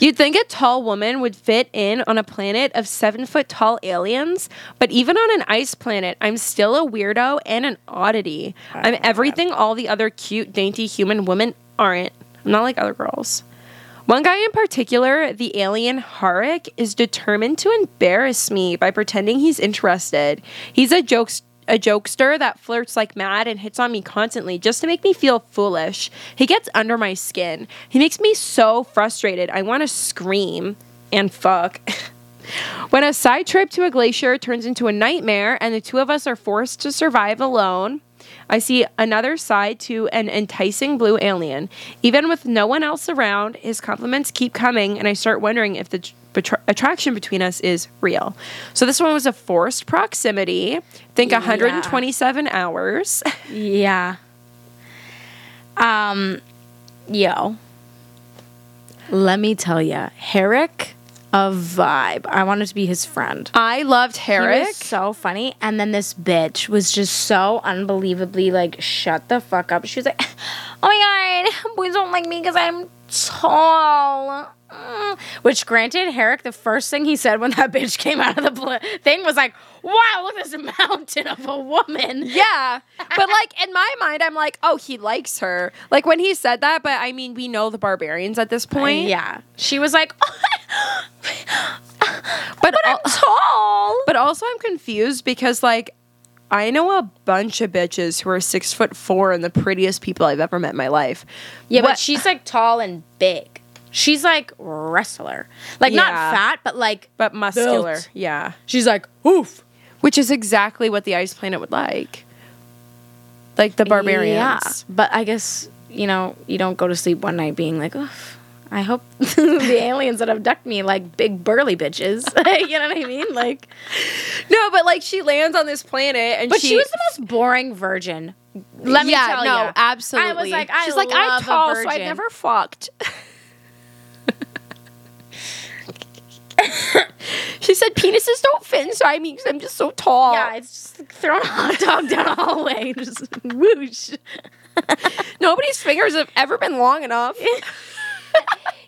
Speaker 2: You'd think a tall woman would fit in on a planet of seven foot tall aliens, but even on an ice planet, I'm still a weirdo and an oddity. I'm everything all the other cute, dainty human women aren't. I'm not like other girls. One guy in particular, the alien Harik, is determined to embarrass me by pretending he's interested. He's a jokes a jokester that flirts like mad and hits on me constantly just to make me feel foolish. He gets under my skin. He makes me so frustrated. I want to scream and fuck. when a side trip to a glacier turns into a nightmare and the two of us are forced to survive alone, I see another side to an enticing blue alien. Even with no one else around, his compliments keep coming, and I start wondering if the tr- betra- attraction between us is real. So this one was a forced proximity. Think 127 hours.
Speaker 1: yeah. Um, yo. Let me tell you, Herrick, a vibe. I wanted to be his friend.
Speaker 2: I loved
Speaker 1: He
Speaker 2: Herrick.
Speaker 1: was so funny, and then this bitch was just so unbelievably like, shut the fuck up. She was like, oh my god, boys don't like me because I'm tall. Mm. Which, granted, Herrick, the first thing he said when that bitch came out of the bl- thing was like, wow, look at this mountain of a woman.
Speaker 2: Yeah. But like in my mind, I'm like, oh, he likes her. Like when he said that, but I mean, we know the barbarians at this point.
Speaker 1: Yeah. She was like,
Speaker 2: But al-
Speaker 1: tall.
Speaker 2: but also I'm confused because like I know a bunch of bitches who are six foot four and the prettiest people I've ever met in my life.
Speaker 1: Yeah, but
Speaker 2: What-
Speaker 1: she's like tall and big. She's like wrestler. Like, not
Speaker 2: Yeah.
Speaker 1: fat, but like,
Speaker 2: but muscular.
Speaker 1: Built.
Speaker 2: Yeah.
Speaker 1: she's like, oof.
Speaker 2: Which is exactly what the ice planet would like. Like the barbarians.
Speaker 1: but I guess you know you don't go to sleep one night being like, Oof, I hope the aliens that abduct me like big burly bitches. you know what I mean? Like,
Speaker 2: No, but like she lands on this planet and
Speaker 1: but she,
Speaker 2: she,
Speaker 1: was the most boring virgin. Let me
Speaker 2: yeah,
Speaker 1: tell
Speaker 2: no,
Speaker 1: you,
Speaker 2: absolutely.
Speaker 1: I was like, I
Speaker 2: she's like,
Speaker 1: love
Speaker 2: I'm
Speaker 1: a
Speaker 2: tall, so I've
Speaker 1: virgin.
Speaker 2: never fucked. she said, penises don't fit, so I mean, I'm just so tall.
Speaker 1: Yeah, it's just like throwing a hot dog down a hallway, just whoosh.
Speaker 2: Nobody's fingers have ever been long enough.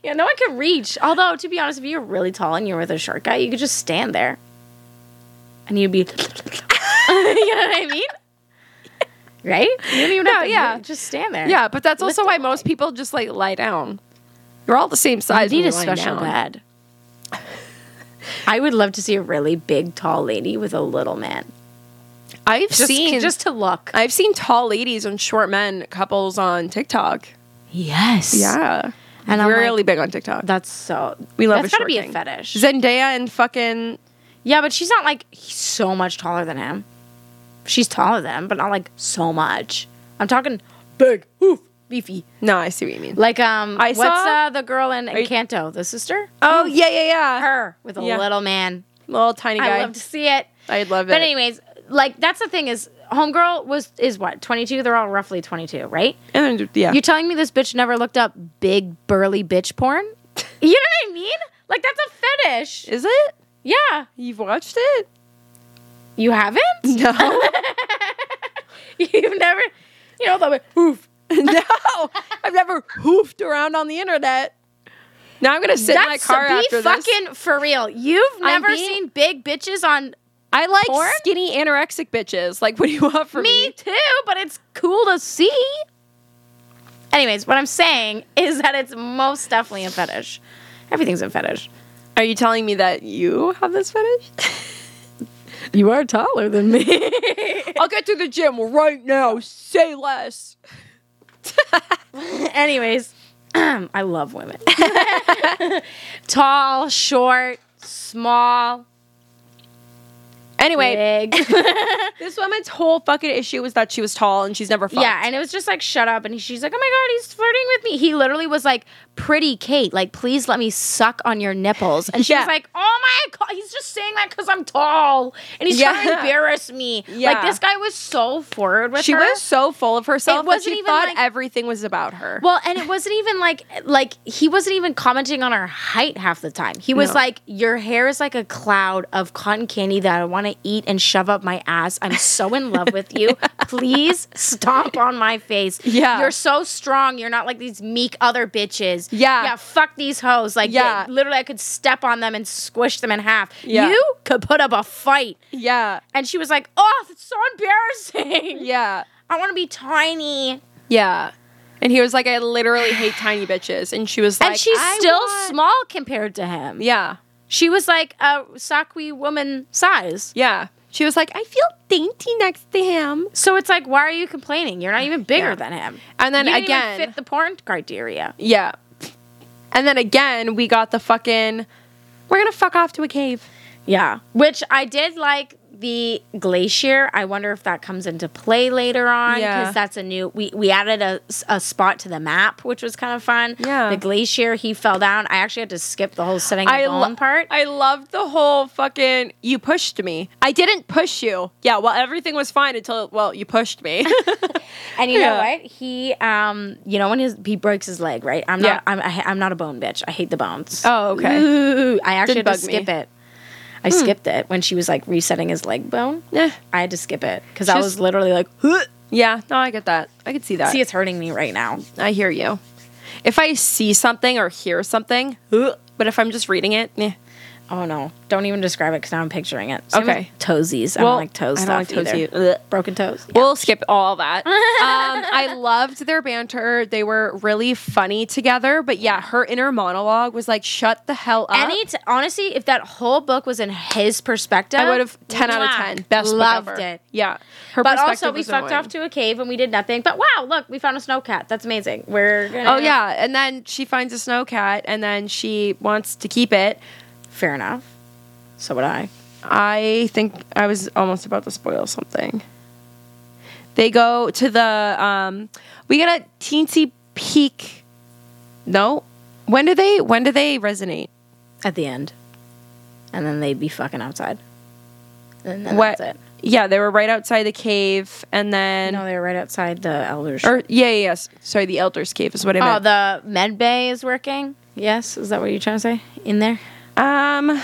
Speaker 1: Yeah, no one can reach. Although, to be honest, if you're really tall and you're with a short guy, you could just stand there, and you'd be, you know what I mean? Right? You don't even
Speaker 2: No,
Speaker 1: have to
Speaker 2: yeah.
Speaker 1: move, just stand there.
Speaker 2: Yeah, but that's also why most people just like lie down. You're all the same
Speaker 1: Oh, I
Speaker 2: size.
Speaker 1: need
Speaker 2: when
Speaker 1: a
Speaker 2: you lie
Speaker 1: special
Speaker 2: down.
Speaker 1: bed. I would love to see a really big, tall lady with a little man.
Speaker 2: I've
Speaker 1: Just,
Speaker 2: seen
Speaker 1: just to look.
Speaker 2: I've seen tall ladies and short men couples on TikTok.
Speaker 1: Yes.
Speaker 2: Yeah,
Speaker 1: And I'm
Speaker 2: we're
Speaker 1: like,
Speaker 2: really big on TikTok.
Speaker 1: that's so.
Speaker 2: We love
Speaker 1: That's
Speaker 2: a
Speaker 1: gotta
Speaker 2: short
Speaker 1: be
Speaker 2: king.
Speaker 1: a fetish.
Speaker 2: Zendaya and fucking
Speaker 1: yeah, but she's not like so much taller than him. She's taller than him, but not like so much. I'm talking big, oof, beefy.
Speaker 2: no, I see what you mean.
Speaker 1: Like um,
Speaker 2: I
Speaker 1: what's
Speaker 2: saw-
Speaker 1: uh, the girl in
Speaker 2: you-
Speaker 1: Encanto, the sister?
Speaker 2: Oh yeah, yeah, yeah.
Speaker 1: Her with a
Speaker 2: Yeah.
Speaker 1: little man.
Speaker 2: Little tiny guy.
Speaker 1: I love to see it.
Speaker 2: I love it.
Speaker 1: But anyways, like that's the thing is Homegirl was is what, 22? They're all roughly 22, right?
Speaker 2: And, yeah.
Speaker 1: You're telling me this bitch never looked up big burly bitch porn? you know what I mean? Like that's a fetish.
Speaker 2: Is it?
Speaker 1: Yeah.
Speaker 2: You've watched it?
Speaker 1: You haven't?
Speaker 2: No.
Speaker 1: You've never you know the oof.
Speaker 2: no. I've never hoofed around on the internet. Now I'm going to sit in my
Speaker 1: That's
Speaker 2: car
Speaker 1: be
Speaker 2: after this.
Speaker 1: fucking for real. You've
Speaker 2: I'm
Speaker 1: never
Speaker 2: being-
Speaker 1: seen big bitches on
Speaker 2: I like
Speaker 1: Porn?
Speaker 2: skinny anorexic bitches. Like, what do you want from me?
Speaker 1: me too, but it's cool to see. Anyways, what I'm saying is that it's most definitely a fetish. Everything's a fetish.
Speaker 2: Are you telling me that you have this fetish?
Speaker 1: You are taller than me.
Speaker 2: I'll get to the gym right now. Say less.
Speaker 1: Anyways, I love women. Tall, short, small,
Speaker 2: Anyway,
Speaker 1: big.
Speaker 2: this woman's whole fucking issue was that she was tall and she's never fucked.
Speaker 1: yeah, and it was just like, shut up. And she's like, oh my God, he's flirting with me. He literally was like, pretty Kate, like, please let me suck on your nipples. And she
Speaker 2: Yeah.
Speaker 1: was like, oh my God, he's just saying that because I'm tall. And he's trying to
Speaker 2: Yeah.
Speaker 1: embarrass me.
Speaker 2: Yeah.
Speaker 1: Like, this guy was so forward with
Speaker 2: she
Speaker 1: her.
Speaker 2: was so full of herself
Speaker 1: It
Speaker 2: that she
Speaker 1: wasn't even
Speaker 2: thought
Speaker 1: like-
Speaker 2: everything was about her.
Speaker 1: Well, and it wasn't even like like he wasn't even commenting on her height half the time. He was
Speaker 2: No.
Speaker 1: like, "Your hair is like a cloud of cotton candy that I want to eat and shove up my ass. I'm so in love with you. Please stomp on my face.
Speaker 2: Yeah.
Speaker 1: you're so strong. You're not like these meek other bitches.
Speaker 2: Yeah.
Speaker 1: yeah. Fuck these hoes. Like,
Speaker 2: Yeah.
Speaker 1: yeah, literally, I could step on them and squish them in half.
Speaker 2: Yeah.
Speaker 1: You could put up a fight."
Speaker 2: yeah,
Speaker 1: And she was like, "Oh, that's so embarrassing.
Speaker 2: yeah,
Speaker 1: I want to be tiny."
Speaker 2: yeah. And he was like, I literally hate tiny bitches. And she was like,
Speaker 1: and she's
Speaker 2: "I
Speaker 1: still
Speaker 2: want-"
Speaker 1: small compared to him.
Speaker 2: Yeah,
Speaker 1: She was like a Sakui woman size.
Speaker 2: yeah. She was like, I feel dainty next to him.
Speaker 1: So it's like, why are you complaining? You're not even bigger
Speaker 2: Yeah.
Speaker 1: than him.
Speaker 2: And then
Speaker 1: You didn't even
Speaker 2: again,
Speaker 1: fit the porn criteria.
Speaker 2: Yeah. And then again, we got the fucking. We're gonna fuck off to a cave.
Speaker 1: Yeah. Which I did like the glacier. I wonder if that comes into play later on because
Speaker 2: Yeah.
Speaker 1: that's a new. We we added a, a spot to the map, which was kind of fun.
Speaker 2: Yeah.
Speaker 1: The glacier. He fell down. I actually had to skip the whole sitting
Speaker 2: I
Speaker 1: alone
Speaker 2: lo-
Speaker 1: part.
Speaker 2: I loved the whole fucking. You pushed me. I didn't push you. Yeah. Well, everything was fine until well, you pushed me.
Speaker 1: And you know
Speaker 2: Yeah.
Speaker 1: what? He, um, you know when his he breaks his leg, right? I'm
Speaker 2: Yeah.
Speaker 1: not, I'm, I, ha- I'm not a bone bitch. I hate the bones.
Speaker 2: Oh, okay.
Speaker 1: Ooh, I actually had
Speaker 2: Didn't
Speaker 1: to
Speaker 2: bug me. Hmm.
Speaker 1: skip it. I skipped it when she was like resetting his leg bone.
Speaker 2: Eh,
Speaker 1: I had to skip it because I
Speaker 2: Just-
Speaker 1: was literally like, "Huh."
Speaker 2: yeah. No, I get that. I could see that.
Speaker 1: see, it's hurting me right now.
Speaker 2: I hear you. If I see something or hear something, ugh, but if I'm just reading it, eh.
Speaker 1: Oh no! Don't even describe it because now I'm picturing it. Same
Speaker 2: Okay.
Speaker 1: with toesies. I
Speaker 2: Well,
Speaker 1: don't like toe
Speaker 2: I
Speaker 1: stuff
Speaker 2: don't like toes
Speaker 1: either.
Speaker 2: either. Ugh.
Speaker 1: Broken toes. Yeah.
Speaker 2: We'll skip all that. Um, I loved their banter. They were really funny together. But yeah, her inner monologue was like, shut the hell up.
Speaker 1: Any t- honestly, if that whole book was in his perspective,
Speaker 2: I would have 10 out of
Speaker 1: mwah,
Speaker 2: 10. Best book
Speaker 1: Loved
Speaker 2: ever.
Speaker 1: it.
Speaker 2: Yeah. Her
Speaker 1: But
Speaker 2: perspective
Speaker 1: also, we
Speaker 2: was
Speaker 1: fucked
Speaker 2: annoying.
Speaker 1: off to a cave and we did nothing. But wow, look, we found a snow cat. That's amazing. We're gonna.
Speaker 2: Oh, yeah. And then she finds a snow cat and then she wants to keep it.
Speaker 1: Fair enough. So would I.
Speaker 2: I think I was almost about to spoil something. They go to the um we get a teensy peek. No. When do they when do they resonate?
Speaker 1: At the end. And then they'd be fucking outside. And then
Speaker 2: what?
Speaker 1: that's it.
Speaker 2: Yeah, they were right outside the cave, and then
Speaker 1: No, they were right outside the elders.
Speaker 2: or yeah, yeah, yes. Sorry, the elders' cave is what I
Speaker 1: oh,
Speaker 2: meant.
Speaker 1: the med bay is working. Yes, is that what you're trying to say? In there?
Speaker 2: um,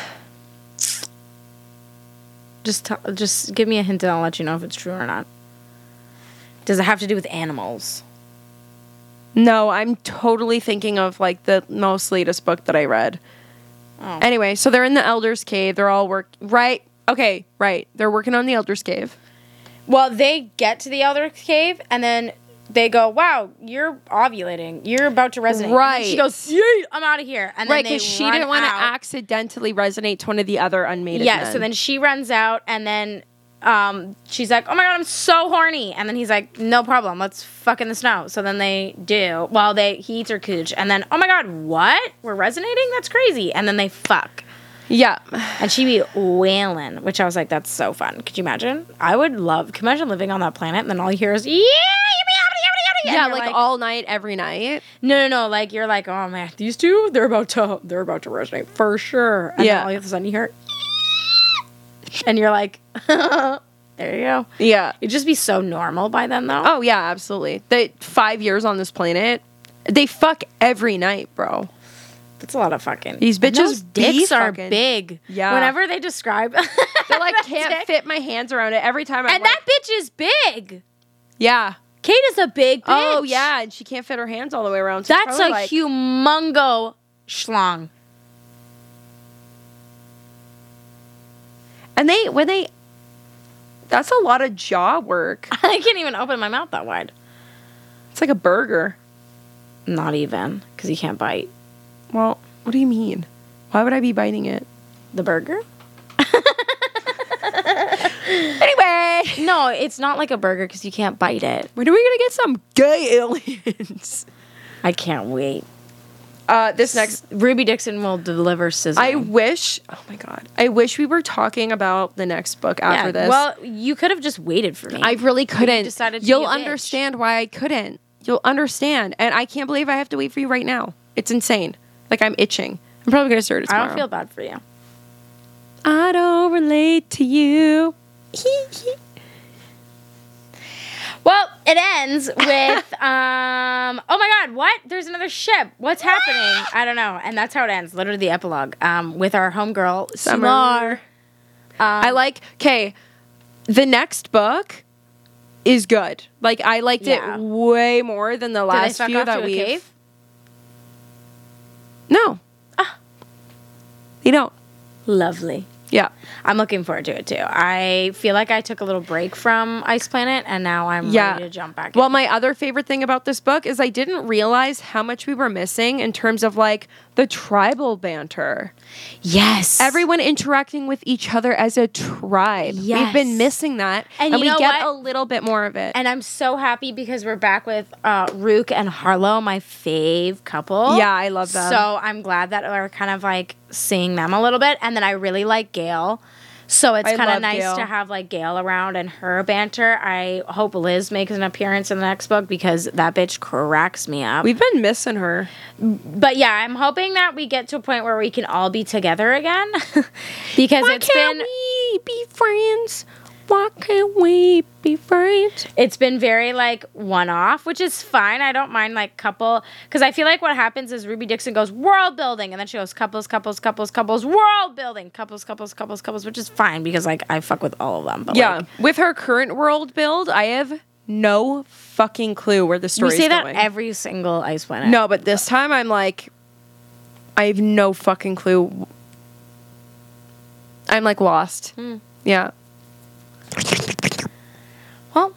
Speaker 1: Just tell just give me a hint and I'll let you know if it's true or not. Does it have to do with animals?
Speaker 2: no, I'm totally thinking of like the most latest book that I read.
Speaker 1: Oh.
Speaker 2: Anyway, so they're in the elders' cave. They're all work right. Okay, right. They're working on the elders' cave.
Speaker 1: Well, they get to the elder cave and then they go, "Wow, you're ovulating. You're about to resonate." And then
Speaker 2: Right.
Speaker 1: she goes, "Yeet, I'm out of here." And then
Speaker 2: Right,
Speaker 1: they
Speaker 2: because she
Speaker 1: run
Speaker 2: didn't want to
Speaker 1: out.
Speaker 2: accidentally resonate to one of the other unmated
Speaker 1: Yeah.
Speaker 2: men.
Speaker 1: So then she runs out, and then um, she's like, "Oh my god, I'm so horny." And then he's like, "No problem. Let's fuck in the snow." So then they do. Well, they he eats her cooch, and then oh my god, what? We're resonating? That's crazy. And then they fuck,
Speaker 2: yeah,
Speaker 1: and she be wailing, which I was like, "That's so fun." Could you imagine? I would love. Could you imagine living on that planet, and then all you hear is yeah. yippee, yippee, yippee, yippee," and
Speaker 2: yeah,
Speaker 1: you're
Speaker 2: like, all night, every night.
Speaker 1: no, no, no. Like you're like, oh man, these two, they're about to, they're about to resonate for sure. And
Speaker 2: Yeah.
Speaker 1: then all of a sudden you hear, and you're like, there you go.
Speaker 2: Yeah.
Speaker 1: You'd just be so normal by then, though.
Speaker 2: Oh yeah, absolutely. They five years on this planet. They fuck every night, bro.
Speaker 1: That's a lot of fucking.
Speaker 2: These
Speaker 1: And those
Speaker 2: bitches be
Speaker 1: dicks are
Speaker 2: fucking-
Speaker 1: big.
Speaker 2: Yeah.
Speaker 1: Whenever they describe,
Speaker 2: They like can't fit my hands around it every time. I'm
Speaker 1: and
Speaker 2: like,
Speaker 1: that bitch is big.
Speaker 2: yeah.
Speaker 1: Kate is a big bitch.
Speaker 2: Oh yeah, and she can't fit her hands all the way around. So it's
Speaker 1: That's
Speaker 2: probably
Speaker 1: a
Speaker 2: like,
Speaker 1: humongo schlong.
Speaker 2: And they when they. That's a lot of jaw work.
Speaker 1: I can't even open my mouth that wide.
Speaker 2: It's like a burger.
Speaker 1: Not even, because you can't bite
Speaker 2: Well, what do you mean? Why would I be biting it?
Speaker 1: the burger.
Speaker 2: Anyway,
Speaker 1: No, it's not like a burger because you can't bite it.
Speaker 2: when are we gonna get some gay aliens?
Speaker 1: I can't wait.
Speaker 2: Uh, this next,
Speaker 1: Ruby Dixon will deliver sizzle.
Speaker 2: I wish. Oh my god, I wish we were talking about the next book after this.
Speaker 1: Well, you could have just waited for me.
Speaker 2: I really couldn't.
Speaker 1: decided to be
Speaker 2: You'll
Speaker 1: a bitch.
Speaker 2: understand why I couldn't. You'll understand, and I can't believe I have to wait for you right now. It's insane. Like I'm itching. I'm probably gonna start it
Speaker 1: I
Speaker 2: tomorrow.
Speaker 1: don't feel bad for you.
Speaker 2: I don't relate to you.
Speaker 1: Well, it ends with um oh my god, what? There's another ship. What's happening? I don't know. And that's how it ends. Literally the epilogue. Um with our homegirl
Speaker 2: Summer.
Speaker 1: Summer. Um,
Speaker 2: I like. Okay, the next book is good. Like I liked
Speaker 1: Yeah.
Speaker 2: it way more than the
Speaker 1: Did they
Speaker 2: last
Speaker 1: fuck
Speaker 2: few
Speaker 1: off
Speaker 2: that
Speaker 1: to a
Speaker 2: we.
Speaker 1: cave?
Speaker 2: No.
Speaker 1: Ah.
Speaker 2: You don't.
Speaker 1: Lovely.
Speaker 2: Yeah.
Speaker 1: I'm looking forward to it too. I feel like I took a little break from Ice Planet and now I'm
Speaker 2: Yeah.
Speaker 1: ready to jump back
Speaker 2: Well, my other favorite thing about this book is I didn't realize how much we were missing in terms of like the tribal banter.
Speaker 1: in. Yes.
Speaker 2: Everyone interacting with each other as a tribe. We've
Speaker 1: Yes.
Speaker 2: been missing that.
Speaker 1: And
Speaker 2: And,
Speaker 1: you
Speaker 2: we
Speaker 1: know
Speaker 2: get
Speaker 1: what?
Speaker 2: a little bit more of it.
Speaker 1: and I'm so happy because we're back with uh, Rook and Harlow, my fave couple.
Speaker 2: Yeah, I love them.
Speaker 1: So I'm glad that we're kind of like seeing them a little bit. And then I really like Gail. So it's
Speaker 2: I
Speaker 1: kind of
Speaker 2: love
Speaker 1: nice
Speaker 2: Gail.
Speaker 1: to have like Gail around and her banter. I hope Liz makes an appearance in the next book because that bitch cracks me up.
Speaker 2: We've been missing her.
Speaker 1: but yeah, I'm hoping that we get to a point where we can all be together again because
Speaker 2: Why
Speaker 1: it's been
Speaker 2: can't we be friends? Why can't we be friends?
Speaker 1: it's been very like one off, which is fine. I don't mind like couple because I feel like what happens is Ruby Dixon goes world building and then she goes couples, couples, couples, couples, world building, couples, couples, couples, couples, which is fine because like I fuck with all of them. But
Speaker 2: Yeah.
Speaker 1: like,
Speaker 2: With her current world build, I have no fucking clue where the
Speaker 1: we
Speaker 2: story is
Speaker 1: say that
Speaker 2: going.
Speaker 1: every single Ice Planet.
Speaker 2: No, but this time I'm like, I have no fucking clue. I'm like lost.
Speaker 1: Hmm.
Speaker 2: Yeah.
Speaker 1: Well,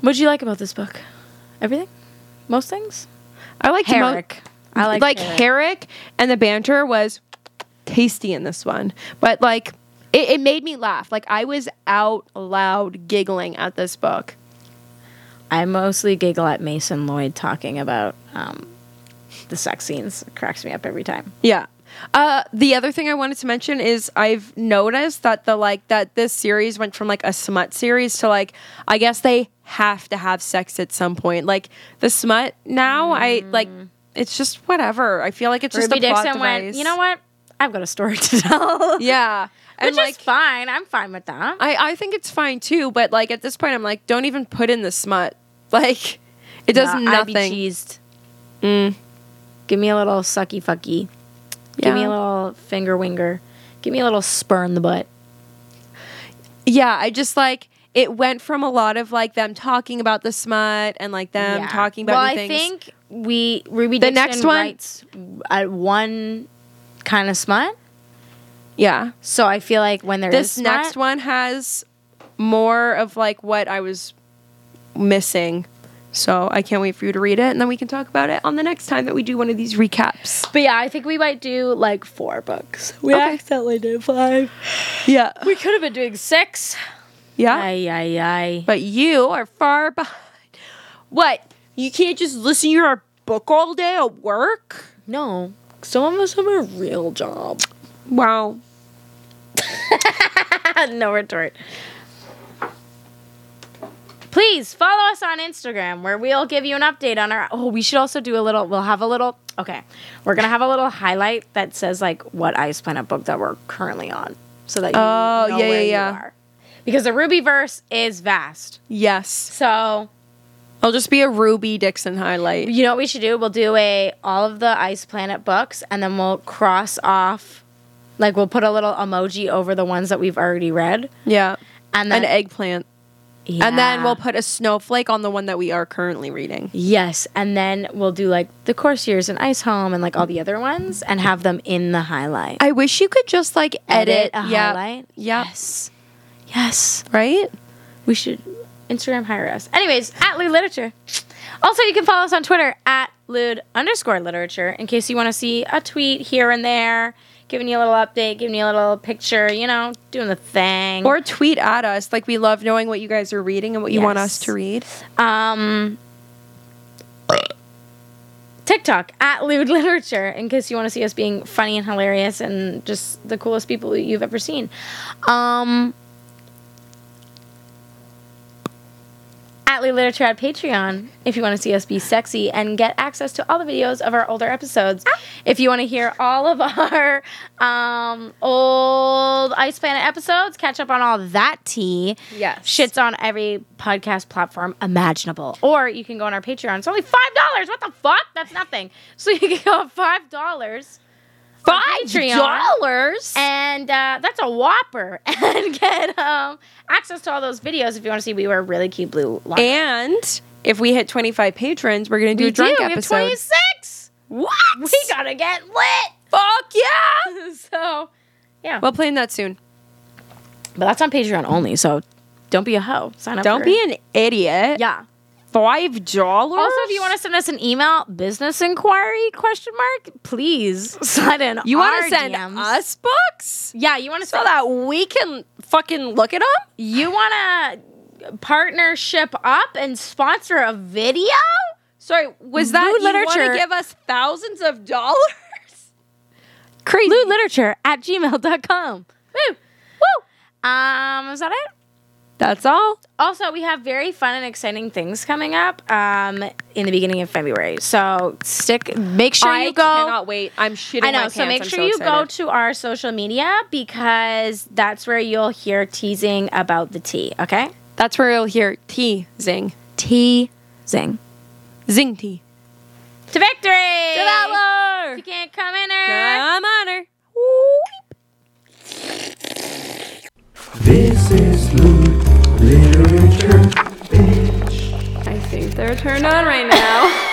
Speaker 1: what did you like about this book? Everything, most things.
Speaker 2: I liked mo-
Speaker 1: Herrick. I like
Speaker 2: like
Speaker 1: Herrick.
Speaker 2: Herrick, and the banter was tasty in this one. But like, it, it made me laugh. Like I was out loud giggling at this book.
Speaker 1: I mostly giggle at Mason Lloyd talking about um, the sex scenes. It cracks me up every time.
Speaker 2: Yeah. Uh, the other thing I wanted to mention is I've noticed that the like that this series went from like a smut series to like I guess they have to have sex at some point. Like the smut now, I like it's just whatever. I feel like it's just
Speaker 1: Mm. Ruby
Speaker 2: a plot
Speaker 1: Dixon went.
Speaker 2: device.
Speaker 1: You know what? I've got a story to tell.
Speaker 2: Yeah, and
Speaker 1: Which
Speaker 2: like
Speaker 1: is fine. I'm fine with that.
Speaker 2: I I think it's fine too. But like at this point, I'm like, don't even put in the smut. Like it does nothing.
Speaker 1: Uh, I'd be
Speaker 2: Mm.
Speaker 1: cheesed. Give me a little sucky fucky.
Speaker 2: Yeah.
Speaker 1: Give me a little finger winger. Give me a little spurn the butt.
Speaker 2: Yeah, I just like it went from a lot of like them talking about the smut and like them
Speaker 1: Yeah.
Speaker 2: talking about
Speaker 1: Well,
Speaker 2: new
Speaker 1: I
Speaker 2: things.
Speaker 1: think we Ruby
Speaker 2: The
Speaker 1: Dixon
Speaker 2: next one-
Speaker 1: writes at one kind of smut.
Speaker 2: yeah.
Speaker 1: So I feel like when there is
Speaker 2: this next one has more of like what I was missing. So I can't wait for you to read it, and then we can talk about it on the next time that we do one of these recaps.
Speaker 1: But yeah, I think we might do like four books. We
Speaker 2: Okay.
Speaker 1: accidentally did five.
Speaker 2: Yeah,
Speaker 1: We could have been doing six.
Speaker 2: yeah.
Speaker 1: Ay, ay, ay.
Speaker 2: but you are far behind. What? You can't just listen to your book all day at work.
Speaker 1: No, some of us have a real job.
Speaker 2: Wow.
Speaker 1: Uh, no retort. Please follow us on Instagram where we'll give you an update on our. Oh, we should also do a little. We'll have a little. Okay. We're going to have a little highlight that says like what Ice Planet book that we're currently on. so that you
Speaker 2: Oh,
Speaker 1: know
Speaker 2: yeah,
Speaker 1: where
Speaker 2: yeah,
Speaker 1: you
Speaker 2: yeah.
Speaker 1: are. Because the Ruby verse is vast.
Speaker 2: Yes.
Speaker 1: So
Speaker 2: I'll just be a Ruby Dixon highlight.
Speaker 1: you know what we should do? We'll do a all of the Ice Planet books and then we'll cross off like we'll put a little emoji over the ones that we've already read.
Speaker 2: Yeah.
Speaker 1: And
Speaker 2: An
Speaker 1: then
Speaker 2: eggplant. eh, And then
Speaker 1: Yeah.
Speaker 2: we'll put a snowflake on the one that we are currently reading.
Speaker 1: Yes, and then we'll do like the Coursiers and Ice Home and like all the other ones and have them in the highlight.
Speaker 2: I wish you could just like edit,
Speaker 1: a
Speaker 2: yeah,
Speaker 1: highlight.
Speaker 2: Yeah.
Speaker 1: Yes. Yes.
Speaker 2: Right?
Speaker 1: We should Instagram hire us. Anyways, at Lude Literature. Also, you can follow us on Twitter at Lude underscore literature in case you want to see a tweet here and there, giving you a little update, giving you a little picture, you know, doing the thing.
Speaker 2: Or tweet at us. Like we love knowing what you guys are reading and what you want
Speaker 1: Yes.
Speaker 2: us to read.
Speaker 1: um TikTok at Lude Literature in case you want to see us being funny and hilarious and just the coolest people you've ever seen. Um at Lude Literature at Patreon if you want to see us be sexy and get access to all the videos of our older episodes.
Speaker 2: Ah.
Speaker 1: If you want to hear all of our um, old Ice Planet episodes, catch up on all that tea.
Speaker 2: Yes.
Speaker 1: Shit's on every podcast platform imaginable. Or you can go on our Patreon. It's only $5. What the fuck? That's nothing. So you can go $5. Patreon.
Speaker 2: dollars.
Speaker 1: And uh, that's a whopper. And get um, access to all those videos if you want to see we wear really cute blue lingerie.
Speaker 2: And if we hit 25 patrons, we're going to do
Speaker 1: We
Speaker 2: a drunk
Speaker 1: do.
Speaker 2: episode.
Speaker 1: We have 26.
Speaker 2: What?
Speaker 1: We gotta get lit.
Speaker 2: Fuck yeah!
Speaker 1: so, yeah.
Speaker 2: We'll plan that soon.
Speaker 1: but that's on Patreon only. So don't be a hoe. Sign up.
Speaker 2: Don't
Speaker 1: for-
Speaker 2: be an idiot.
Speaker 1: Yeah.
Speaker 2: Five dollars.
Speaker 1: Also, if you want to send us an email, business inquiry question mark, please slide in.
Speaker 2: you
Speaker 1: want to
Speaker 2: send
Speaker 1: DMs.
Speaker 2: us books
Speaker 1: Yeah, you want to
Speaker 2: so
Speaker 1: send
Speaker 2: that we can fucking look at them.
Speaker 1: You want to partnership up and sponsor a video?
Speaker 2: Sorry, was that
Speaker 1: Lewd
Speaker 2: you want
Speaker 1: literature.
Speaker 2: to give us thousands of dollars?
Speaker 1: Crazy. Loot literature at gmail.com. Woo! Woo! Um, is that it?
Speaker 2: That's all.
Speaker 1: Also, we have very fun and exciting things coming up um, in the beginning of February. So stick, make sure
Speaker 2: I
Speaker 1: you go.
Speaker 2: cannot wait. I'm shitting
Speaker 1: I know.
Speaker 2: my
Speaker 1: So
Speaker 2: pants.
Speaker 1: make
Speaker 2: I'm
Speaker 1: sure you go
Speaker 2: excited.
Speaker 1: to our social media because that's where you'll hear teasing about the tea. Okay,
Speaker 2: That's where you'll hear tea zing,
Speaker 1: teasing
Speaker 2: zing tea.
Speaker 1: to victory.
Speaker 2: Valor.
Speaker 1: You can't come in her.
Speaker 2: Come on her.
Speaker 4: This is Lude Literature Bitch.
Speaker 2: I think they're turned on right now.